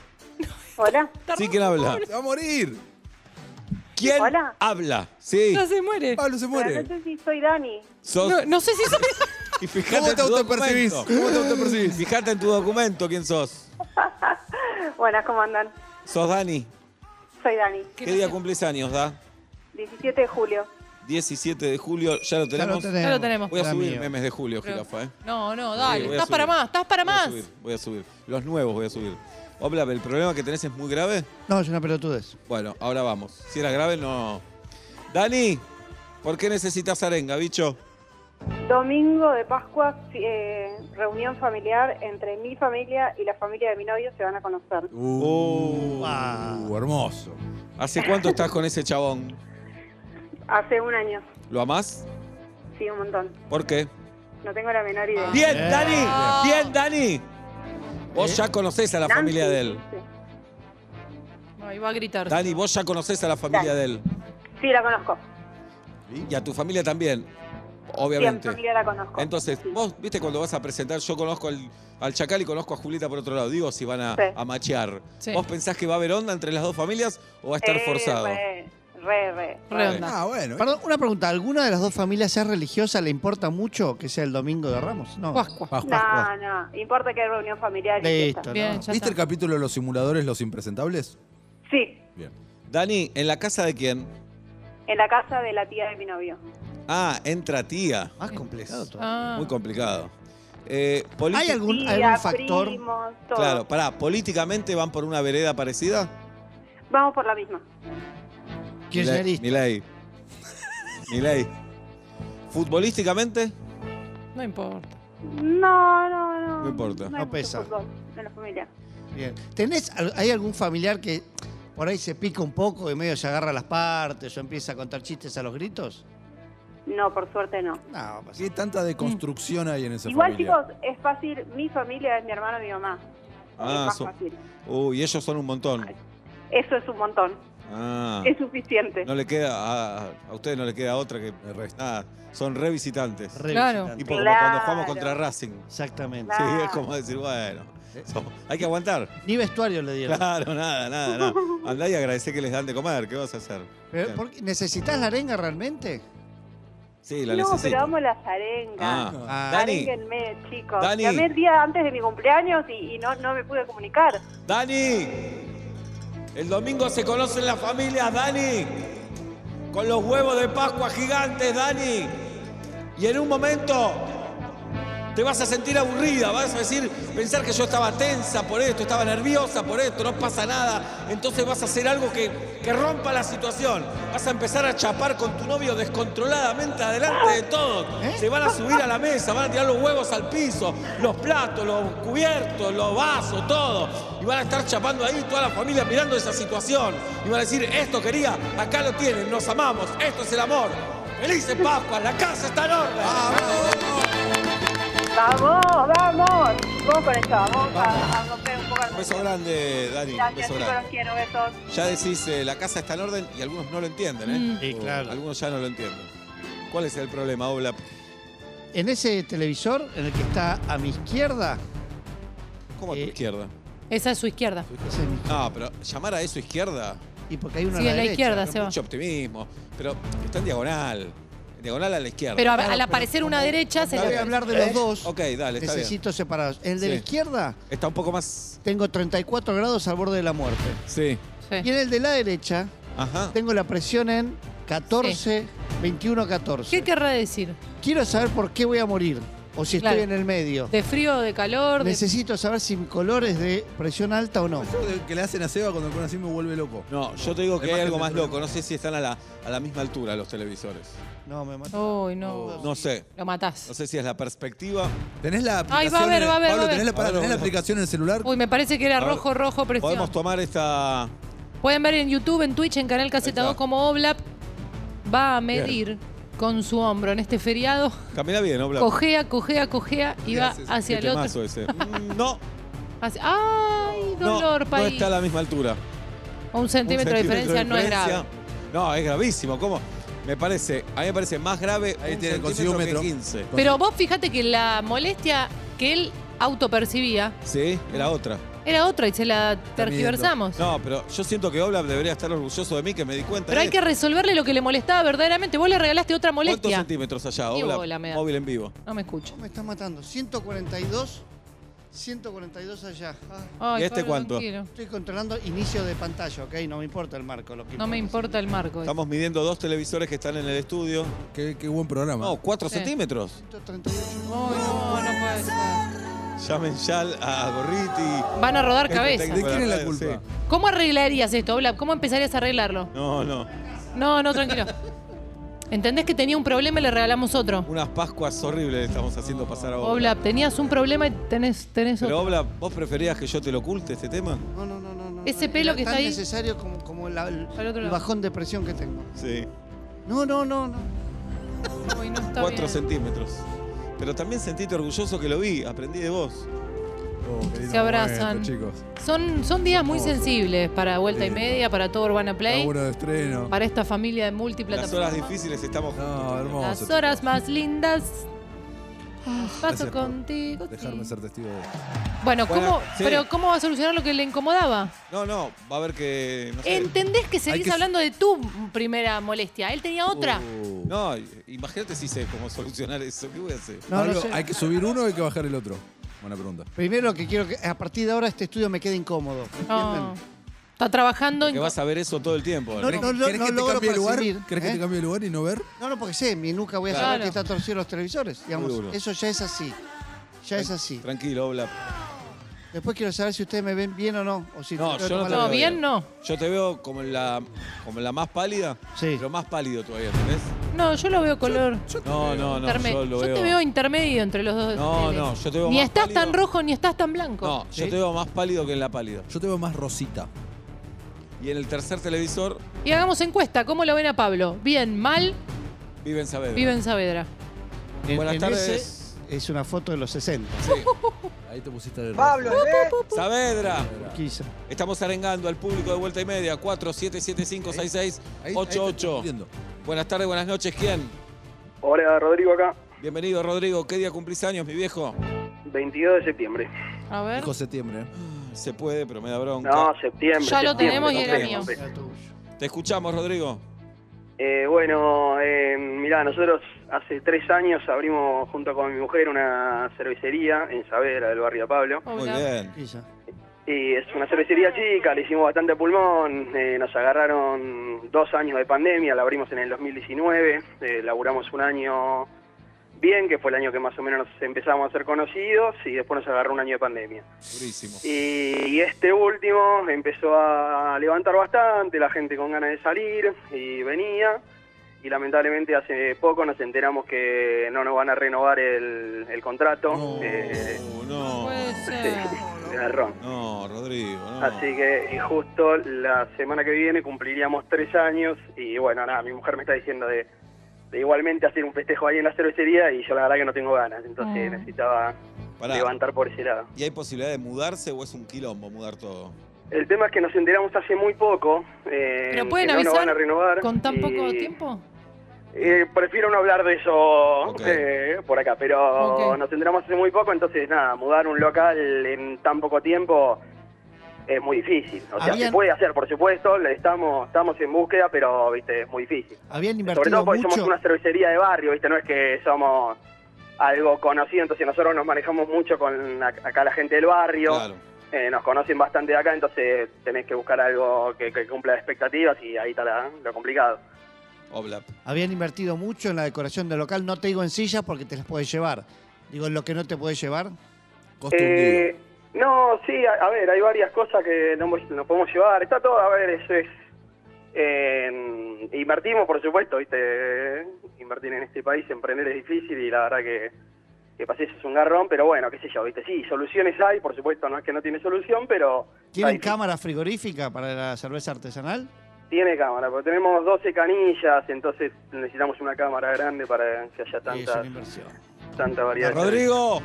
Speaker 6: Hola,
Speaker 2: Sí, ¿quién habla?
Speaker 5: Se va a morir.
Speaker 2: ¿Quién
Speaker 6: Hola.
Speaker 2: habla? Sí.
Speaker 3: Ya se muere.
Speaker 5: Pablo se
Speaker 6: no
Speaker 5: muere.
Speaker 6: sé si soy Dani.
Speaker 2: Sos-
Speaker 3: No, no sé si
Speaker 2: Y fíjate
Speaker 5: ¿Cómo
Speaker 2: en
Speaker 5: te
Speaker 2: tu
Speaker 5: autopercibís?
Speaker 2: documento.
Speaker 5: ¿Cómo te autopercibís?
Speaker 2: Fíjate en tu documento quién sos.
Speaker 6: Buenas, ¿cómo andan?
Speaker 2: Sos Dani.
Speaker 6: Soy Dani,
Speaker 2: ¿Qué día cumplís años, Da?
Speaker 6: 17 de julio.
Speaker 2: 17 17 de julio. Ya lo tenemos.
Speaker 3: Ya lo tenemos.
Speaker 2: Voy a
Speaker 4: Era
Speaker 2: subir
Speaker 4: mío.
Speaker 2: memes de julio,
Speaker 3: Creo-
Speaker 2: jirafa, ¿eh?
Speaker 3: No, no, dale.
Speaker 2: Sí, voy a
Speaker 3: estás
Speaker 2: subir.
Speaker 3: para más, estás para
Speaker 2: Voy a
Speaker 3: más.
Speaker 2: subir, voy a subir. Los nuevos voy a subir. Oblab, ¿el problema que tenés es muy grave?
Speaker 4: No, es una pelotudez.
Speaker 2: Bueno, ahora vamos. Si era grave, no. Dani, ¿por qué necesitas arenga, bicho?
Speaker 6: Domingo de Pascua, eh, reunión familiar entre mi familia y la familia de mi novio se van a conocer.
Speaker 5: Uh,
Speaker 4: wow.
Speaker 5: hermoso.
Speaker 2: ¿Hace cuánto estás con ese chabón?
Speaker 6: Hace un año,
Speaker 2: ¿Lo amás?
Speaker 6: sí, un montón.
Speaker 2: ¿Por qué?
Speaker 6: No tengo la menor idea.
Speaker 2: ¡Bien,
Speaker 4: Bien.
Speaker 2: Dani! ¡Bien, Dani! Vos ya conocés a la
Speaker 6: Nancy,
Speaker 2: familia de él.
Speaker 6: sí.
Speaker 3: Ahí va a gritar.
Speaker 2: Dani, vos ya conocés a la familia de él.
Speaker 6: Sí, la conozco.
Speaker 2: Y a tu familia también,
Speaker 6: Bien,
Speaker 2: obviamente.
Speaker 6: familia la conozco.
Speaker 2: Entonces,
Speaker 6: Sí.
Speaker 2: vos, viste, cuando vas a presentar, yo conozco al, al Chacal y conozco a Julita por otro lado. Digo, si van a,
Speaker 6: Sí.
Speaker 2: a machear.
Speaker 3: Sí.
Speaker 2: ¿Vos pensás que va a haber onda entre las dos familias o va a estar
Speaker 6: Eh,
Speaker 2: forzado?
Speaker 6: Re, re, re.
Speaker 3: Re onda.
Speaker 5: Ah, bueno.
Speaker 4: Perdón, una pregunta. ¿Alguna de las dos familias es religiosa? ¿Le importa mucho que sea el domingo de Ramos? No.
Speaker 3: Pascua.
Speaker 5: Pas, pas, pas.
Speaker 6: No, no, importa que hay reunión familiar. y
Speaker 4: Listo.
Speaker 6: fiesta.
Speaker 4: no.
Speaker 3: Bien, ya
Speaker 5: ¿Viste el
Speaker 3: está.
Speaker 5: capítulo de los simuladores, los impresentables?
Speaker 6: Sí,
Speaker 5: Bien.
Speaker 2: Dani, ¿en la casa de quién?
Speaker 6: en la casa de la tía de mi novio.
Speaker 2: Ah, entra tía.
Speaker 4: Más complicado todo.
Speaker 3: Ah.
Speaker 2: Muy complicado. Eh, politi-
Speaker 4: ¿Hay algún,
Speaker 6: Tía,
Speaker 4: algún factor?
Speaker 6: primos, todo.
Speaker 2: Claro, pará, ¿políticamente van por una vereda parecida?
Speaker 6: Vamos por la misma.
Speaker 4: Kirchnerista.
Speaker 2: Milei. Milei. ¿Futbolísticamente?
Speaker 3: No importa.
Speaker 6: No, no, no.
Speaker 2: No importa.
Speaker 6: hay
Speaker 4: No
Speaker 6: mucho
Speaker 4: pesa.
Speaker 6: fútbol En la familia.
Speaker 4: Bien. ¿Tenés, al- ¿Hay algún familiar que por ahí se pica un poco y medio se agarra las partes o empieza a contar chistes a los gritos?
Speaker 6: No, por suerte no.
Speaker 4: No, pues, pasa.
Speaker 5: ¿Qué tanta deconstrucción hay en esa
Speaker 6: Igual,
Speaker 5: familia?
Speaker 6: chicos, es fácil. Mi familia es mi hermano y mi mamá.
Speaker 2: Ah,
Speaker 6: es más
Speaker 2: so-
Speaker 6: fácil.
Speaker 2: Uy, ellos son un montón.
Speaker 6: Eso es un montón.
Speaker 2: Ah.
Speaker 6: Es suficiente.
Speaker 2: No le queda, a, a ustedes no le queda otra que
Speaker 5: El resto.
Speaker 2: nada, son revisitantes.
Speaker 4: Re
Speaker 3: Claro.
Speaker 4: visitante.
Speaker 2: Y por- como
Speaker 6: Claro.
Speaker 2: cuando jugamos contra Racing.
Speaker 4: Exactamente.
Speaker 6: Claro.
Speaker 2: Sí, es como decir, bueno, somos- hay que aguantar.
Speaker 4: Ni vestuario le dieron.
Speaker 2: Claro, nada, nada, nada. Andá y agradecé que les dan de comer, ¿qué vas a hacer?
Speaker 4: Pero,
Speaker 2: Bien.
Speaker 4: ¿por qué? ¿Necesitas la arenga realmente?
Speaker 2: Sí, la
Speaker 6: No, pero
Speaker 2: necesito.
Speaker 6: amo las arengas.
Speaker 2: Ah,
Speaker 4: Ah.
Speaker 2: Dani,
Speaker 6: Arénguenme, chicos.
Speaker 2: Dani.
Speaker 6: Llamé el día antes de mi cumpleaños y, y no, no me pude comunicar.
Speaker 2: Dani, el domingo se conocen las familias, Dani, con los huevos de Pascua gigantes, Dani. Y en un momento te vas a sentir aburrida, vas a decir, pensar que yo estaba tensa por esto, estaba nerviosa por esto, no pasa nada. Entonces vas a hacer algo que, que rompa la situación. Vas a empezar a chapar con tu novio descontroladamente adelante de todos. Se van a subir a la mesa, van a tirar los huevos al piso, los platos, los cubiertos, los vasos, todo. Y van a estar chapando ahí toda la familia mirando esa situación. Y van a decir, esto quería, acá lo tienen, nos amamos, esto es el amor. Felices Pascua, la casa está en orden.
Speaker 5: Ah,
Speaker 6: Vamos, vamos. Vamos con esto. Vamos a, a romper un poco el
Speaker 2: Un beso grande, Dani. Un
Speaker 6: Gracias,
Speaker 2: beso
Speaker 6: chicos. Los
Speaker 2: grande.
Speaker 6: quiero. Mm. Besos.
Speaker 2: Ya decís, eh, la casa está en orden y algunos no lo entienden, ¿eh?
Speaker 4: Sí, claro.
Speaker 2: Algunos ya no lo entienden. ¿Cuál es el problema, Oblap?
Speaker 4: En ese televisor, en el que está a mi izquierda,
Speaker 2: ¿Cómo a tu
Speaker 4: Eh,
Speaker 2: izquierda?
Speaker 3: Esa es su izquierda.
Speaker 4: ese es mi-
Speaker 2: No, pero llamar a eso izquierda,
Speaker 4: y porque hay uno
Speaker 3: Sí, a la
Speaker 4: a la, derecha.
Speaker 3: izquierda,
Speaker 2: es
Speaker 3: se va.
Speaker 2: mucho optimismo. Pero está en diagonal. En diagonal a la izquierda.
Speaker 3: Pero a- al aparecer una derecha se
Speaker 4: Voy
Speaker 3: le...
Speaker 4: a hablar de los
Speaker 2: ¿Eh?
Speaker 4: dos.
Speaker 2: Ok, dale, está bien.
Speaker 4: Necesito separados. El de la
Speaker 2: Sí.
Speaker 4: izquierda,
Speaker 2: Está un poco más.
Speaker 4: tengo 34 grados al borde de la muerte.
Speaker 2: Sí.
Speaker 4: Y
Speaker 3: Sí.
Speaker 4: en el de la derecha,
Speaker 2: Ajá.
Speaker 4: tengo la presión en 14, 21, 14.
Speaker 3: ¿Qué querrá decir?
Speaker 4: Quiero saber por qué voy a morir o si
Speaker 3: Claro.
Speaker 4: estoy en el medio.
Speaker 3: ¿De frío, de calor? De...
Speaker 4: Necesito saber si mi color es de presión alta o no.
Speaker 5: Eso de- que le hacen a Seba cuando el así me vuelve loco.
Speaker 2: No, yo te digo que
Speaker 5: Imagen
Speaker 2: hay algo
Speaker 5: del
Speaker 2: más
Speaker 5: programa.
Speaker 2: loco. No sé si están a la, a la misma altura los televisores.
Speaker 4: No, me mató.
Speaker 3: Uy, no.
Speaker 2: No sé.
Speaker 3: Lo matás.
Speaker 2: No sé si es la perspectiva.
Speaker 5: ¿Tenés
Speaker 3: Ay,
Speaker 5: la aplicación?
Speaker 3: va a haber,
Speaker 5: en-
Speaker 3: va a haber,
Speaker 5: Pablo,
Speaker 3: va a haber.
Speaker 5: ¿tenés la, pará,
Speaker 2: Ahora
Speaker 5: tenés la
Speaker 2: vamos a-
Speaker 5: aplicación en el celular?
Speaker 3: Uy, me parece que era
Speaker 2: Ahora,
Speaker 3: rojo, rojo, presión.
Speaker 2: Podemos tomar esta.
Speaker 3: Pueden ver en YouTube, en Twitch, en Canal Caseta
Speaker 2: Ahí
Speaker 3: 2,
Speaker 2: está.
Speaker 3: como Oblap va a medir con su hombro en este feriado.
Speaker 2: Camina bien, Oblap.
Speaker 3: Cojea, cojea, cojea y va hacia
Speaker 2: Qué
Speaker 3: el otro.
Speaker 2: temazo ese. Mm, No,
Speaker 3: Hacia- ¡Ay,
Speaker 2: no,
Speaker 3: dolor,
Speaker 2: no
Speaker 3: país!
Speaker 2: está a la misma altura.
Speaker 3: Un centímetro, de diferencia no es grave.
Speaker 2: No, es gravísimo. ¿Cómo? Me parece, a mí me parece más grave
Speaker 5: Ahí
Speaker 2: un
Speaker 5: tiene,
Speaker 2: centímetro
Speaker 5: consiguió
Speaker 2: que
Speaker 5: un
Speaker 2: 15.
Speaker 3: Pero vos fíjate que la molestia que él autopercibía
Speaker 2: Sí, era otra.
Speaker 3: era otra y se la tergiversamos.
Speaker 2: No, pero yo siento que Oblap debería estar orgulloso de mí, que me di cuenta.
Speaker 3: Pero hay
Speaker 2: de
Speaker 3: que
Speaker 2: esto.
Speaker 3: resolverle lo que le molestaba verdaderamente. Vos le regalaste otra
Speaker 2: ¿Cuántos
Speaker 3: molestia.
Speaker 2: centímetros allá,
Speaker 3: Ni
Speaker 2: Oblap?
Speaker 3: bola me da.
Speaker 2: Móvil en vivo.
Speaker 3: No me escucha.
Speaker 4: Me está matando. 142 142 allá. Ah,
Speaker 3: Ay,
Speaker 2: ¿Y este
Speaker 3: Pablo,
Speaker 2: cuánto?
Speaker 3: tranquilo.
Speaker 4: estoy controlando inicio de pantalla, ¿ok? No me importa el marco. Lo que
Speaker 3: No me importa el marco.
Speaker 2: Estamos midiendo dos televisores que están en el estudio.
Speaker 5: Qué, qué buen programa.
Speaker 2: No, 4
Speaker 3: Sí.
Speaker 2: centímetros.
Speaker 4: 138.
Speaker 3: Ay, no, no puede ser.
Speaker 2: Llamen ya a Gorriti.
Speaker 3: Van a rodar
Speaker 2: Gente
Speaker 3: cabeza.
Speaker 2: técnica
Speaker 5: ¿De quién es la
Speaker 2: radio,
Speaker 5: culpa?
Speaker 2: sí.
Speaker 3: ¿Cómo arreglarías esto, Oblap? ¿Cómo empezarías a arreglarlo?
Speaker 2: No, no.
Speaker 3: No, no, tranquilo. ¿Entendés que tenía un problema y le regalamos otro?
Speaker 2: Unas Pascuas horribles le estamos haciendo pasar a vos.
Speaker 3: Oblap, tenías un problema y tenés, tenés
Speaker 2: Pero
Speaker 3: otro.
Speaker 2: Obla, ¿vos preferías que yo te lo oculte este tema?
Speaker 4: No, no, no, no, no.
Speaker 3: Ese
Speaker 4: no,
Speaker 3: pelo
Speaker 4: era
Speaker 3: que
Speaker 4: tan
Speaker 3: está ahí.
Speaker 4: necesario como, como la- el,
Speaker 3: Para el otro
Speaker 4: el
Speaker 3: lado.
Speaker 4: bajón de presión que tengo.
Speaker 2: Sí.
Speaker 4: No, no, no, no.
Speaker 3: Uy, no está
Speaker 2: 4
Speaker 3: bien.
Speaker 2: centímetros. Pero también sentiste orgulloso que lo vi, aprendí de vos.
Speaker 5: Oh, qué lindo
Speaker 3: Se abrazan.
Speaker 5: momento, chicos.
Speaker 3: Son, son días muy sensibles para Vuelta y
Speaker 5: Sí.
Speaker 3: Media, para todo Urbana Play,
Speaker 5: Laburo de estreno.
Speaker 3: para esta familia de múltiples
Speaker 2: Las horas difíciles estamos
Speaker 5: No, hermoso.
Speaker 3: Las
Speaker 5: chicos.
Speaker 3: horas más lindas.
Speaker 5: Gracias
Speaker 3: Paso
Speaker 5: por
Speaker 3: contigo.
Speaker 5: Dejarme ser testigo de esto.
Speaker 3: Bueno, ¿cómo,
Speaker 2: Bueno, sí.
Speaker 3: pero ¿cómo va a solucionar lo que le incomodaba?
Speaker 2: No, no, va a haber que. No, sé.
Speaker 3: ¿Entendés que seguís
Speaker 5: que-
Speaker 3: hablando de tu primera molestia? Él tenía otra.
Speaker 5: Uh.
Speaker 2: no imagínate si sé cómo solucionar eso. ¿Qué voy a hacer?
Speaker 4: No,
Speaker 5: Pablo,
Speaker 4: no sé.
Speaker 5: ¿hay que subir uno o hay que bajar el otro? Buena pregunta.
Speaker 4: Primero que quiero que a partir de ahora este estudio me quede incómodo. ¿me
Speaker 3: No.
Speaker 4: entienden?
Speaker 3: Está trabajando
Speaker 2: Que
Speaker 3: en.
Speaker 2: vas a ver eso todo el tiempo.
Speaker 4: No,
Speaker 2: ¿verdad?
Speaker 4: no, no, no
Speaker 5: que te
Speaker 4: logro
Speaker 5: cambie de lugar?
Speaker 4: percibir,
Speaker 5: ¿Querés que
Speaker 4: ¿eh?
Speaker 5: te cambie de lugar y no ver?
Speaker 4: No, no, porque sé, mi nuca voy a saber
Speaker 3: Claro.
Speaker 4: que está torcido los televisores. Digamos,
Speaker 2: Muy duro.
Speaker 4: eso ya es así. Ya es así.
Speaker 2: Tranquilo, Obla.
Speaker 4: Después quiero saber si ustedes me ven bien o no. O si
Speaker 2: No,
Speaker 4: tengo que
Speaker 2: yo no
Speaker 4: tomar
Speaker 2: te
Speaker 4: la-
Speaker 3: No,
Speaker 2: veo
Speaker 3: bien no.
Speaker 2: Yo te veo como la, como la más pálida,
Speaker 4: Sí.
Speaker 2: pero más pálido todavía, ¿entendés?
Speaker 3: No, yo lo veo color.
Speaker 2: No, no, no,
Speaker 3: interme-
Speaker 2: yo
Speaker 3: yo,
Speaker 2: lo veo.
Speaker 3: te veo intermedio entre los dos.
Speaker 2: No,
Speaker 3: teles.
Speaker 2: no, yo te veo
Speaker 3: Ni
Speaker 2: más
Speaker 3: estás tan
Speaker 2: pálido.
Speaker 3: rojo ni estás tan blanco.
Speaker 2: No, yo
Speaker 4: ¿Sí?
Speaker 2: te veo más pálido que en la pálida.
Speaker 5: Yo te veo más rosita.
Speaker 2: Y en el tercer televisor,
Speaker 3: Y hagamos encuesta. ¿Cómo lo ven a Pablo? Bien, mal,
Speaker 2: viven Saavedra.
Speaker 3: vive en Saavedra.
Speaker 4: En-
Speaker 2: Buenas
Speaker 4: en
Speaker 2: tardes.
Speaker 4: ese Es una foto de los 60.
Speaker 5: Ahí te pusiste de
Speaker 8: Pablo, ¿eh?
Speaker 2: Saavedra.
Speaker 4: Quizá.
Speaker 2: Estamos arengando al público de vuelta y media. 47756688. Buenas tardes, buenas noches. ¿Quién?
Speaker 1: Hola, Rodrigo acá.
Speaker 2: Bienvenido, Rodrigo. ¿Qué día cumplís años, mi viejo?
Speaker 1: 22 de septiembre.
Speaker 3: A ver.
Speaker 5: Dijo septiembre. ¿eh?
Speaker 2: Se puede, pero me da bronca.
Speaker 1: No, septiembre.
Speaker 3: Ya lo
Speaker 1: septiembre,
Speaker 3: tenemos y
Speaker 1: no
Speaker 3: era
Speaker 1: sé,
Speaker 3: mío.
Speaker 1: no sé.
Speaker 4: Era tuyo.
Speaker 2: Te escuchamos, Rodrigo.
Speaker 1: Eh, bueno, eh, mirá, nosotros hace tres años abrimos junto con mi mujer una cervecería en Saavedra, del barrio de Pablo.
Speaker 2: Muy
Speaker 3: Hola.
Speaker 2: bien.
Speaker 4: Quizá.
Speaker 1: Y es una cervecería chica, le hicimos bastante pulmón, eh, nos agarraron dos años de pandemia, la abrimos en el 2019, eh, laburamos un año bien, que fue el año que más o menos nos empezamos a ser conocidos, y después nos agarró un año de pandemia.
Speaker 2: Durísimo.
Speaker 1: Y este último empezó a levantar bastante, la gente con ganas de salir y venía. Y lamentablemente hace poco nos enteramos que no nos van a renovar el, el contrato.
Speaker 2: No,
Speaker 1: eh,
Speaker 2: no.
Speaker 3: Puede
Speaker 1: sí,
Speaker 3: ser.
Speaker 1: de garrón.
Speaker 2: No, Rodrigo. no.
Speaker 1: Así que y justo la semana que viene cumpliríamos tres años y bueno, nada, mi mujer me está diciendo de, de igualmente hacer un festejo ahí en la cervecería y yo la verdad que no tengo ganas, entonces
Speaker 3: Mm.
Speaker 1: necesitaba
Speaker 2: Pará.
Speaker 1: levantar por ese lado.
Speaker 2: ¿Y hay posibilidad de mudarse o es un quilombo mudar todo?
Speaker 1: El tema es que nos enteramos hace muy poco. eh,
Speaker 3: ¿Pero pueden
Speaker 1: que no nos
Speaker 3: avisar
Speaker 1: van a renovar.
Speaker 3: ¿Con tan
Speaker 1: y,
Speaker 3: poco tiempo?
Speaker 1: eh, prefiero no hablar de eso
Speaker 2: Ok.
Speaker 1: eh, por acá, pero
Speaker 3: Ok.
Speaker 1: nos enteramos hace muy poco, entonces nada, mudar un local en tan poco tiempo es muy difícil. O sea, se
Speaker 4: Habían-
Speaker 1: puede hacer, por supuesto, le estamos estamos en búsqueda, pero viste, es muy difícil.
Speaker 4: Habían
Speaker 1: Sobre todo
Speaker 4: invertido
Speaker 1: porque
Speaker 4: mucho.
Speaker 1: somos una cervecería de barrio, viste, no es que somos algo conocido, entonces nosotros nos manejamos mucho con ac- acá la gente del barrio.
Speaker 2: Claro.
Speaker 1: Eh, nos conocen bastante de acá, entonces tenés que buscar algo que, que cumpla expectativas y ahí está la- lo complicado.
Speaker 2: Oblap.
Speaker 4: Habían invertido mucho en la decoración del local. No te digo en sillas porque te las puedes llevar. Digo, en lo que no te puedes llevar.
Speaker 5: Costo
Speaker 1: Eh, no, sí, a, a ver, hay varias cosas que no, hemos- no podemos llevar. Está todo, a ver, eso es. eh, invertimos, por supuesto, ¿viste? Invertir en este país, emprender es difícil y la verdad que, que pasé eso es un garrón, pero bueno, qué sé yo, ¿viste? Sí, soluciones hay, por supuesto, no es que no tiene solución, pero. está
Speaker 4: ¿Tienen
Speaker 1: difícil.
Speaker 4: cámara frigorífica para la cerveza artesanal?
Speaker 1: Tiene cámara, porque tenemos 12 canillas, entonces necesitamos una cámara grande para
Speaker 4: Sí,
Speaker 1: que haya
Speaker 4: es una
Speaker 1: tanta,
Speaker 4: inversión.
Speaker 1: tanta variedad.
Speaker 2: Rodrigo.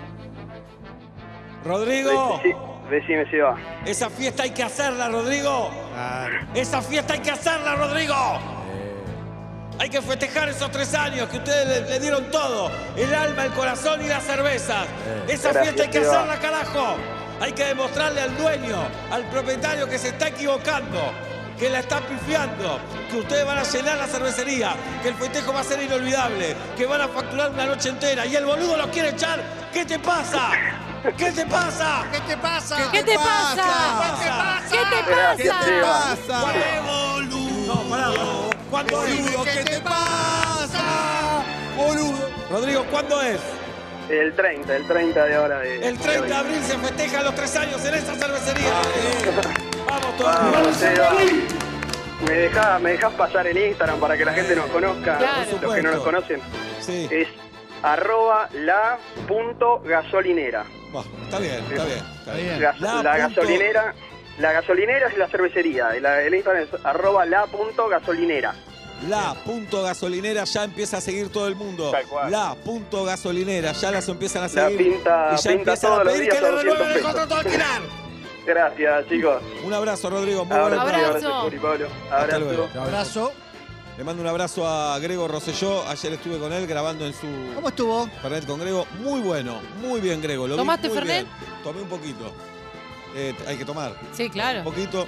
Speaker 2: Rodrigo.
Speaker 1: Sí, decime si va.
Speaker 2: Esa fiesta hay que hacerla, Rodrigo.
Speaker 4: Claro.
Speaker 2: Esa fiesta hay que hacerla, Rodrigo. Hay que festejar esos tres años que ustedes le, le dieron todo. El alma, el corazón y las cervezas. Esa
Speaker 1: Gracias,
Speaker 2: fiesta hay que
Speaker 1: Iván.
Speaker 2: hacerla, carajo. Hay que demostrarle al dueño, al propietario que se está equivocando, que la está pifiando, que ustedes van a llenar la cervecería, que el festejo va a ser inolvidable, que van a facturar una noche entera y el boludo lo quiere echar. ¿Qué te pasa? ¿Qué te pasa?
Speaker 4: ¿Qué te pasa?
Speaker 3: ¿Qué te pasa? ¿Qué te pasa?
Speaker 5: ¿Qué te pasa?
Speaker 2: No, pará. ¿Cuándo es?
Speaker 5: Boludo, ¿qué te pasa? Boludo.
Speaker 2: Rodrigo, ¿cuándo es?
Speaker 1: El 30, el 30 de ahora de.
Speaker 2: El 30 de abril se festeja los tres años en esta cervecería. Vamos
Speaker 1: Vamos,
Speaker 2: todos.
Speaker 1: Seba. Ah, Me dejás, me dejás pasar el Instagram para que la gente nos conozca,
Speaker 3: Claro.
Speaker 1: los que no nos
Speaker 2: Por supuesto.
Speaker 1: conocen.
Speaker 2: Sí.
Speaker 1: Es arroba la punto gasolinera.
Speaker 2: Bueno, está bien, está bien. Está bien.
Speaker 4: Bien.
Speaker 1: Gas-
Speaker 2: La
Speaker 1: la
Speaker 2: punto-
Speaker 1: gasolinera. La gasolinera es la cervecería. y la- el Instagram es arroba la punto gasolinera.
Speaker 2: La punto gasolinera ya empieza a seguir todo el mundo.
Speaker 1: Tal cual.
Speaker 2: La punto gasolinera ya las empiezan a
Speaker 1: La
Speaker 2: seguir.
Speaker 1: pinta,
Speaker 2: y ya
Speaker 1: pinta
Speaker 2: empiezan a
Speaker 1: todos los
Speaker 2: pedir
Speaker 1: días
Speaker 2: que le
Speaker 1: a 200
Speaker 2: renueven el
Speaker 1: pesos.
Speaker 2: contrato de alquilar.
Speaker 1: Gracias, chicos.
Speaker 2: Un abrazo, Rodrigo. Muy
Speaker 1: Abrazo,
Speaker 2: buena tarde.
Speaker 3: Abrazo.
Speaker 1: abrazo, Juli, Pablo.
Speaker 2: Hasta
Speaker 1: Abrazo.
Speaker 2: luego.
Speaker 4: Abrazo.
Speaker 2: Le mando un abrazo a Grego Rosselló. Ayer estuve con él grabando en su
Speaker 4: ¿Cómo estuvo?
Speaker 2: Fernet con Grego. Muy bueno, muy bien, Grego. Lo vi
Speaker 3: ¿Tomaste
Speaker 2: muy
Speaker 3: Fernet?
Speaker 2: bien. Tomé un poquito. Eh, hay que tomar.
Speaker 3: Sí,
Speaker 2: Un
Speaker 3: claro.
Speaker 2: poquito.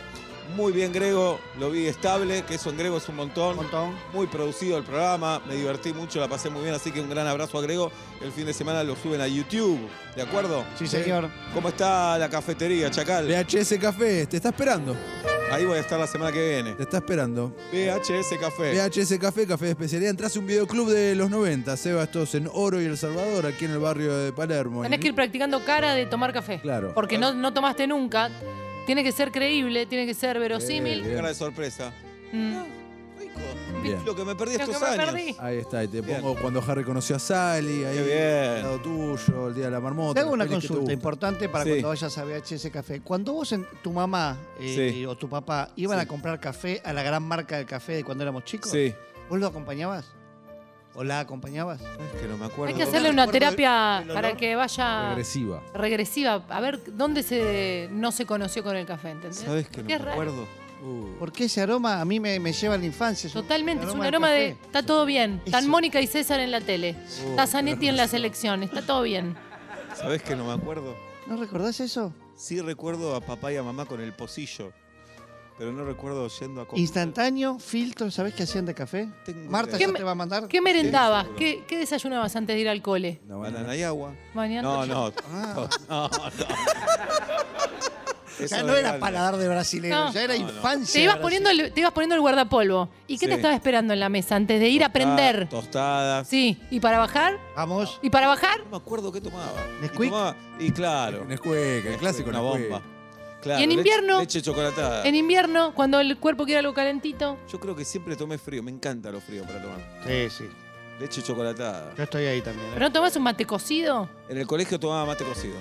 Speaker 2: Muy bien, Grego. Lo vi estable, que eso en Grego es un montón.
Speaker 4: montón.
Speaker 2: Muy producido el programa, me divertí mucho, la pasé muy bien, así que un gran abrazo a Grego. El fin de semana lo suben a YouTube, ¿de acuerdo?
Speaker 4: Sí, señor.
Speaker 2: ¿Cómo está la cafetería, Chacal?
Speaker 5: VHS Café, te está esperando.
Speaker 2: Ahí voy a estar la semana que viene.
Speaker 5: Te está esperando.
Speaker 2: VHS Café.
Speaker 5: VHS Café, café de especialidad. Entrás a un videoclub de los 90, Sebas, todos en Oro y El Salvador, aquí en el barrio de Palermo.
Speaker 3: Tenés que ir practicando cara de tomar café.
Speaker 5: Claro.
Speaker 3: Porque no, no tomaste nunca. Tiene que ser creíble, tiene que ser verosímil.
Speaker 5: Bien.
Speaker 2: Cara de sorpresa.
Speaker 3: Mm.
Speaker 2: Rico.
Speaker 5: Bien.
Speaker 2: Lo que me perdí
Speaker 3: Lo que
Speaker 2: estos
Speaker 3: me
Speaker 2: años.
Speaker 3: perdí.
Speaker 5: Ahí está, y te
Speaker 2: Bien.
Speaker 5: pongo cuando Harry conoció a Sally, ahí
Speaker 2: Qué bien.
Speaker 5: al lado tuyo, el día de la marmota.
Speaker 4: Te hago una
Speaker 5: las pelis que te
Speaker 4: consulta
Speaker 5: gustan.
Speaker 4: importante para
Speaker 2: Sí.
Speaker 4: cuando vayas a VHS Café. Cuando vos, en, tu mamá eh,
Speaker 2: Sí.
Speaker 4: o tu papá iban
Speaker 2: Sí.
Speaker 4: a comprar café a la gran marca del café de cuando éramos chicos,
Speaker 2: Sí.
Speaker 4: ¿vos lo acompañabas? ¿O la acompañabas?
Speaker 2: Es que no me acuerdo.
Speaker 3: Hay que hacerle una terapia para que vaya
Speaker 5: Regresiva.
Speaker 3: regresiva. A ver dónde se no se conoció con el café, ¿entendés?
Speaker 2: ¿Sabes que no
Speaker 3: Qué
Speaker 2: me
Speaker 3: raro.
Speaker 2: acuerdo?
Speaker 5: Uh.
Speaker 4: Porque ese aroma a mí me, me lleva a la infancia.
Speaker 3: Totalmente, es un aroma de.
Speaker 4: café.
Speaker 3: Está todo bien. Están
Speaker 4: Eso.
Speaker 3: Mónica y César en la tele. Está Zanetti en la selección. Está todo bien.
Speaker 2: ¿Sabes que no me acuerdo?
Speaker 4: ¿No recordás eso?
Speaker 2: Sí recuerdo a papá y a mamá con el pocillo, pero no recuerdo yendo a comer.
Speaker 4: Instantáneo, filtro, ¿sabés qué hacían de café?
Speaker 2: Tengo
Speaker 4: Marta,
Speaker 2: idea.
Speaker 4: ¿ya
Speaker 3: ¿Qué
Speaker 4: te va a mandar?
Speaker 3: ¿Qué merendabas?
Speaker 2: seguro.
Speaker 3: ¿Qué, qué desayunabas antes de ir al cole?
Speaker 5: No, bueno,
Speaker 2: Banana y agua.
Speaker 3: Mañana.
Speaker 2: No, no.
Speaker 4: Ah.
Speaker 2: No, no.
Speaker 4: Ya
Speaker 2: Eso es
Speaker 4: no era
Speaker 2: grande.
Speaker 4: paladar de brasileño,
Speaker 3: No.
Speaker 4: ya era
Speaker 2: No, no.
Speaker 4: infancia.
Speaker 3: Te
Speaker 4: de
Speaker 3: ibas,
Speaker 4: brasileño.
Speaker 3: poniendo el, te ibas poniendo el guardapolio. ¿Y qué
Speaker 2: Sí.
Speaker 3: te estaba esperando en la mesa antes de ir a aprender?
Speaker 2: Ah, Tostadas.
Speaker 3: Sí, ¿y para bajar?
Speaker 4: Vamos.
Speaker 3: ¿Y para bajar?
Speaker 2: No me acuerdo qué tomaba.
Speaker 4: ¿Nesquik?
Speaker 2: Y, tomaba- y claro.
Speaker 5: Nesquik, el clásico
Speaker 2: Una
Speaker 5: Nesquik.
Speaker 2: bomba. Claro,
Speaker 3: Y en
Speaker 2: leche-
Speaker 3: invierno-
Speaker 2: Leche, chocolatada.
Speaker 3: En invierno, cuando el cuerpo quiere algo calentito.
Speaker 2: Yo creo que siempre tomé frío. Me encanta lo frío para tomar.
Speaker 4: Sí, sí.
Speaker 2: Leche chocolatada.
Speaker 4: Yo estoy ahí también. ¿eh?
Speaker 3: ¿Pero no tomás un mate cocido?
Speaker 2: En el colegio tomaba mate cocido.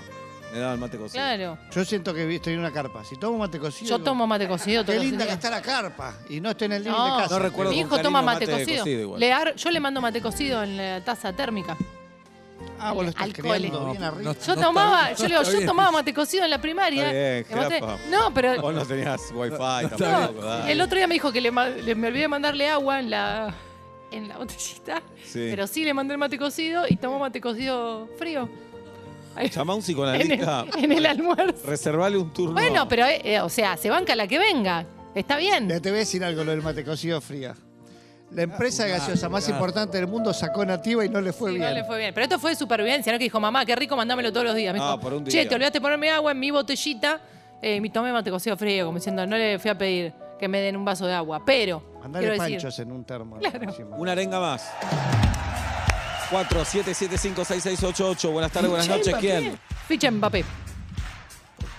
Speaker 2: Me daban mate cocido.
Speaker 3: Claro.
Speaker 4: Yo siento que estoy en una carpa. Si tomo mate cocido.
Speaker 3: Yo
Speaker 4: digo,
Speaker 3: tomo mate cocido
Speaker 4: Qué
Speaker 3: todos los
Speaker 4: linda que
Speaker 3: días.
Speaker 4: está la carpa. Y no estoy en el living
Speaker 3: No.
Speaker 4: de casa.
Speaker 2: No recuerdo
Speaker 3: Mi
Speaker 2: con
Speaker 3: hijo
Speaker 2: cariño
Speaker 3: toma mate,
Speaker 2: mate
Speaker 3: cocido.
Speaker 2: cocido igual.
Speaker 3: Le ar- yo le mando mate cocido en la taza térmica.
Speaker 4: Ah, vos lo estás
Speaker 3: Alcohol.
Speaker 4: criando
Speaker 3: No,
Speaker 4: bien arriba.
Speaker 3: Yo
Speaker 5: No
Speaker 3: tomaba,
Speaker 5: está-
Speaker 3: yo le digo,
Speaker 5: está
Speaker 3: yo
Speaker 5: bien.
Speaker 3: tomaba mate cocido en la primaria.
Speaker 2: Está bien,
Speaker 3: Le mandé-
Speaker 2: jirafa.
Speaker 3: no, pero
Speaker 2: Vos no tenías wifi tampoco.
Speaker 3: no,
Speaker 2: dale.
Speaker 3: el otro día me dijo que le, ma- le- me olvidé de mandarle agua en la, en la botellita.
Speaker 2: Sí.
Speaker 3: Pero sí le mandé el mate cocido y tomó mate cocido frío. Ahí-
Speaker 2: Llamá a un
Speaker 3: en, el,
Speaker 2: psicoanalista.
Speaker 3: en el almuerzo.
Speaker 2: Reservale un turno.
Speaker 3: Bueno, pero, eh, eh, o sea, se banca la que venga. Está bien.
Speaker 4: Ya te voy a decir algo lo del mate cocido fría. La empresa de gaseosa más importante del mundo sacó nativa y no le fue
Speaker 3: Sí,
Speaker 4: bien.
Speaker 3: no le fue bien. Pero esto fue de supervivencia, ¿no? Que dijo, mamá, qué rico, mandámelo todos los días. Me
Speaker 2: Ah,
Speaker 3: dijo,
Speaker 2: por un
Speaker 3: Che,
Speaker 2: día".
Speaker 3: te olvidaste de ponerme agua en mi botellita. Eh, me tomé mate cocido frío, como diciendo, no le fui a pedir que me den un vaso de agua. Pero,
Speaker 4: Mandale
Speaker 3: quiero decir,
Speaker 4: panchos en un termo.
Speaker 3: Claro.
Speaker 4: Encima.
Speaker 2: Una arenga más. 47756688. Buenas tardes, buenas
Speaker 3: Ficha
Speaker 2: noches.
Speaker 3: Mbappé.
Speaker 2: ¿Quién?
Speaker 3: Ficha Mbappé.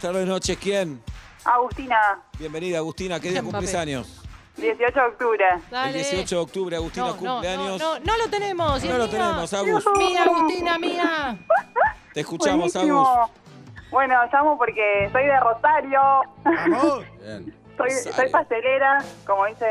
Speaker 2: Tardes, noches. ¿Quién?
Speaker 6: Agustina,
Speaker 2: Bienvenida, Agustina. ¿Qué día
Speaker 3: Mbappé.
Speaker 2: cumplís años?
Speaker 6: 18 de octubre.
Speaker 2: El 18 de octubre, Agustina,
Speaker 3: no, no, no,
Speaker 2: cumpleaños.
Speaker 3: no, no lo tenemos.
Speaker 2: No
Speaker 3: es
Speaker 2: lo
Speaker 3: mía.
Speaker 2: tenemos, Agus.
Speaker 3: Mía, Agustina, mía.
Speaker 2: Te escuchamos, Agus.
Speaker 6: Buenísimo. Bueno, llamo porque soy de Rosario.
Speaker 4: Vamos.
Speaker 5: Bien.
Speaker 6: Soy, soy pastelera, como dice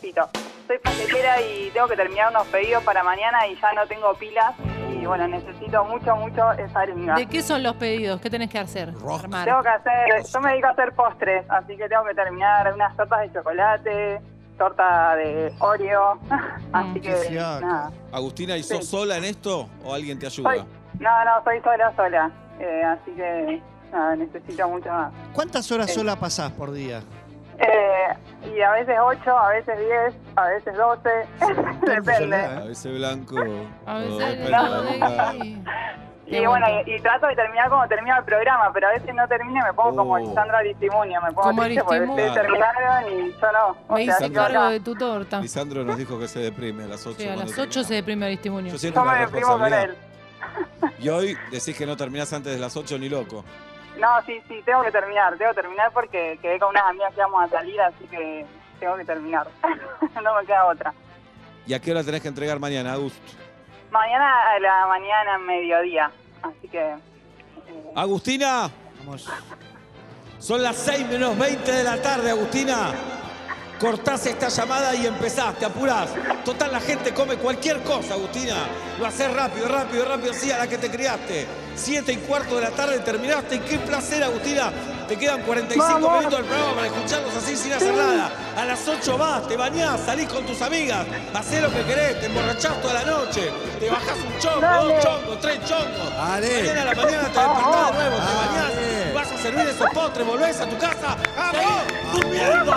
Speaker 6: Pito. Soy pastelera y tengo que terminar unos pedidos para mañana y ya no tengo pilas. Y bueno, necesito mucho, mucho esa arenga.
Speaker 3: ¿De qué son los pedidos? ¿Qué tenés que hacer?
Speaker 5: Rosca.
Speaker 6: Tengo
Speaker 3: Armar.
Speaker 6: que hacer, yo me dedico a hacer postres, así que tengo que terminar unas tortas de chocolate, torta de Oreo. así
Speaker 4: Qué
Speaker 6: que
Speaker 4: fiaca.
Speaker 6: nada.
Speaker 2: Agustina, ¿y sos
Speaker 6: Sí.
Speaker 2: sola en esto o alguien te
Speaker 6: Soy-
Speaker 2: ayuda?
Speaker 6: no, no, soy sola, sola. Eh, así que nada, necesito mucho más.
Speaker 4: ¿Cuántas horas
Speaker 3: Eh.
Speaker 6: Sí.
Speaker 4: sola pasás por día?
Speaker 6: Eh, y a veces 8, a veces 10, a veces 12,
Speaker 4: Tanto
Speaker 6: depende.
Speaker 4: soledad,
Speaker 2: A
Speaker 4: ¿eh?
Speaker 2: veces blanco.
Speaker 3: A
Speaker 2: o
Speaker 3: veces
Speaker 2: depende
Speaker 3: no,
Speaker 2: de la boca.
Speaker 3: de-
Speaker 6: Y Y bueno, y, y trato de terminar como termina el programa, pero a veces no termino y me pongo
Speaker 2: Oh.
Speaker 6: como Sandra Aristimuño, me pongo
Speaker 3: Como
Speaker 6: triste porque ustedes
Speaker 2: Aristimuño.
Speaker 6: terminaron y yo no. O
Speaker 3: Me
Speaker 6: sea,
Speaker 3: hice
Speaker 6: así que
Speaker 3: cargo
Speaker 6: acá-
Speaker 3: de tu torta.
Speaker 2: Lisandro nos dijo que se deprime a las 8.
Speaker 3: Sí, a
Speaker 2: cuando
Speaker 3: las 8 se
Speaker 2: termina.
Speaker 3: deprime el testimonio.
Speaker 2: Yo siento
Speaker 6: yo
Speaker 2: una
Speaker 6: me deprimo con
Speaker 2: responsabilidad.
Speaker 6: él.
Speaker 2: Y hoy decís que no terminás antes de las 8 ni loco.
Speaker 6: No, sí, sí, tengo que terminar, tengo que terminar porque quedé con unas amigas que íbamos a salir, así que tengo que terminar. no me queda otra.
Speaker 2: ¿Y a qué hora tenés que entregar mañana, Agust?
Speaker 6: Mañana a la mañana, mediodía, así que... eh,
Speaker 2: Agustina,
Speaker 4: Vamos.
Speaker 2: son las 6 menos 20 de la tarde, Agustina. Cortás esta llamada y empezás, te apurás. Total, la gente come cualquier cosa, Agustina. Lo haces rápido, rápido, rápido, sí, a la que te criaste. Siete y cuarto de la tarde terminaste. Y qué placer, Agustina. Te quedan 45
Speaker 6: Vamos.
Speaker 2: minutos del programa para escucharlos así sin hacer nada. A las 8 vas, te bañás, salís con tus amigas, hacés lo que querés, te emborrachás toda la noche, te bajás un chongo,
Speaker 6: Dale.
Speaker 2: dos chongos, tres chongos.
Speaker 5: Dale.
Speaker 2: Mañana a la mañana te despertás de nuevo, te bañás,
Speaker 5: Dale.
Speaker 2: vas a servir esos postres, volvés a tu casa. ¡Vamos! ¡Durmiendo!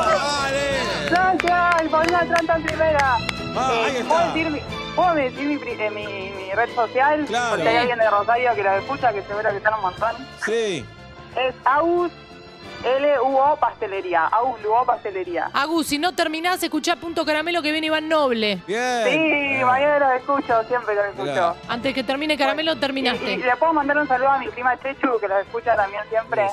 Speaker 6: Gracias, Paulina Tranta en primera.
Speaker 2: Ah,
Speaker 6: Eh,
Speaker 2: ahí está.
Speaker 6: ¿Puedo decir, mi, ¿puedo decir mi, pri- eh, mi- mi red social?
Speaker 2: Claro.
Speaker 6: Porque hay alguien de Rosario que la escucha, que seguro que están un montón.
Speaker 2: Sí.
Speaker 6: Es AUS LUO Pastelería. AUS LUO Pastelería.
Speaker 3: Agus, si no terminás, escuchá Punto Caramelo que viene Iván Noble.
Speaker 2: Bien.
Speaker 6: Sí, mañana los escucho, siempre los
Speaker 2: Mirá.
Speaker 6: escucho.
Speaker 3: Antes que termine Caramelo,
Speaker 6: Y, y
Speaker 3: terminaste.
Speaker 6: le puedo mandar un saludo a mi prima Chechu, que los escucha también siempre.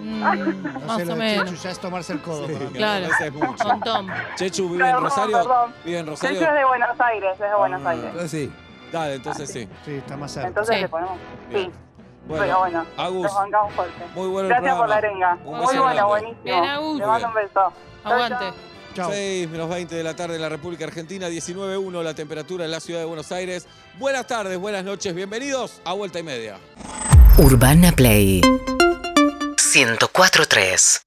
Speaker 3: Mm,
Speaker 4: No
Speaker 3: más
Speaker 4: sé, lo
Speaker 3: o
Speaker 4: de Chechu
Speaker 3: menos.
Speaker 4: ya es tomarse el codo. para mí.
Speaker 3: Claro.
Speaker 2: Ese es mucho.
Speaker 3: Montón.
Speaker 2: Chechu vive en
Speaker 6: Perdón,
Speaker 2: Rosario.
Speaker 6: perdón.
Speaker 2: Vive en Rosario.
Speaker 6: Chechu es de Buenos Aires, es de Buenos
Speaker 2: Ah.
Speaker 6: Aires.
Speaker 5: Entonces sí.
Speaker 2: Dale, entonces sí.
Speaker 4: Sí, está más cerca.
Speaker 6: Entonces
Speaker 3: Sí.
Speaker 6: le ponemos.
Speaker 2: Bien.
Speaker 6: Sí.
Speaker 2: Bueno,
Speaker 6: Pero bueno,
Speaker 2: Agus,
Speaker 6: nos bancamos fuerte.
Speaker 2: muy bueno el
Speaker 6: Gracias por la
Speaker 2: programa.
Speaker 6: arenga.
Speaker 2: Un
Speaker 6: Muy
Speaker 2: beso grande.
Speaker 6: bueno, buenísimo.
Speaker 3: Bien, Agus.
Speaker 6: Te mando un beso. Chau, chau.
Speaker 3: Aguante.
Speaker 4: Chao.
Speaker 2: 6 menos 20 de la tarde en la República Argentina, 19.1 la temperatura en la ciudad de Buenos Aires. Buenas tardes, buenas noches, bienvenidos a Vuelta y Media.
Speaker 9: Urbana Play 104.3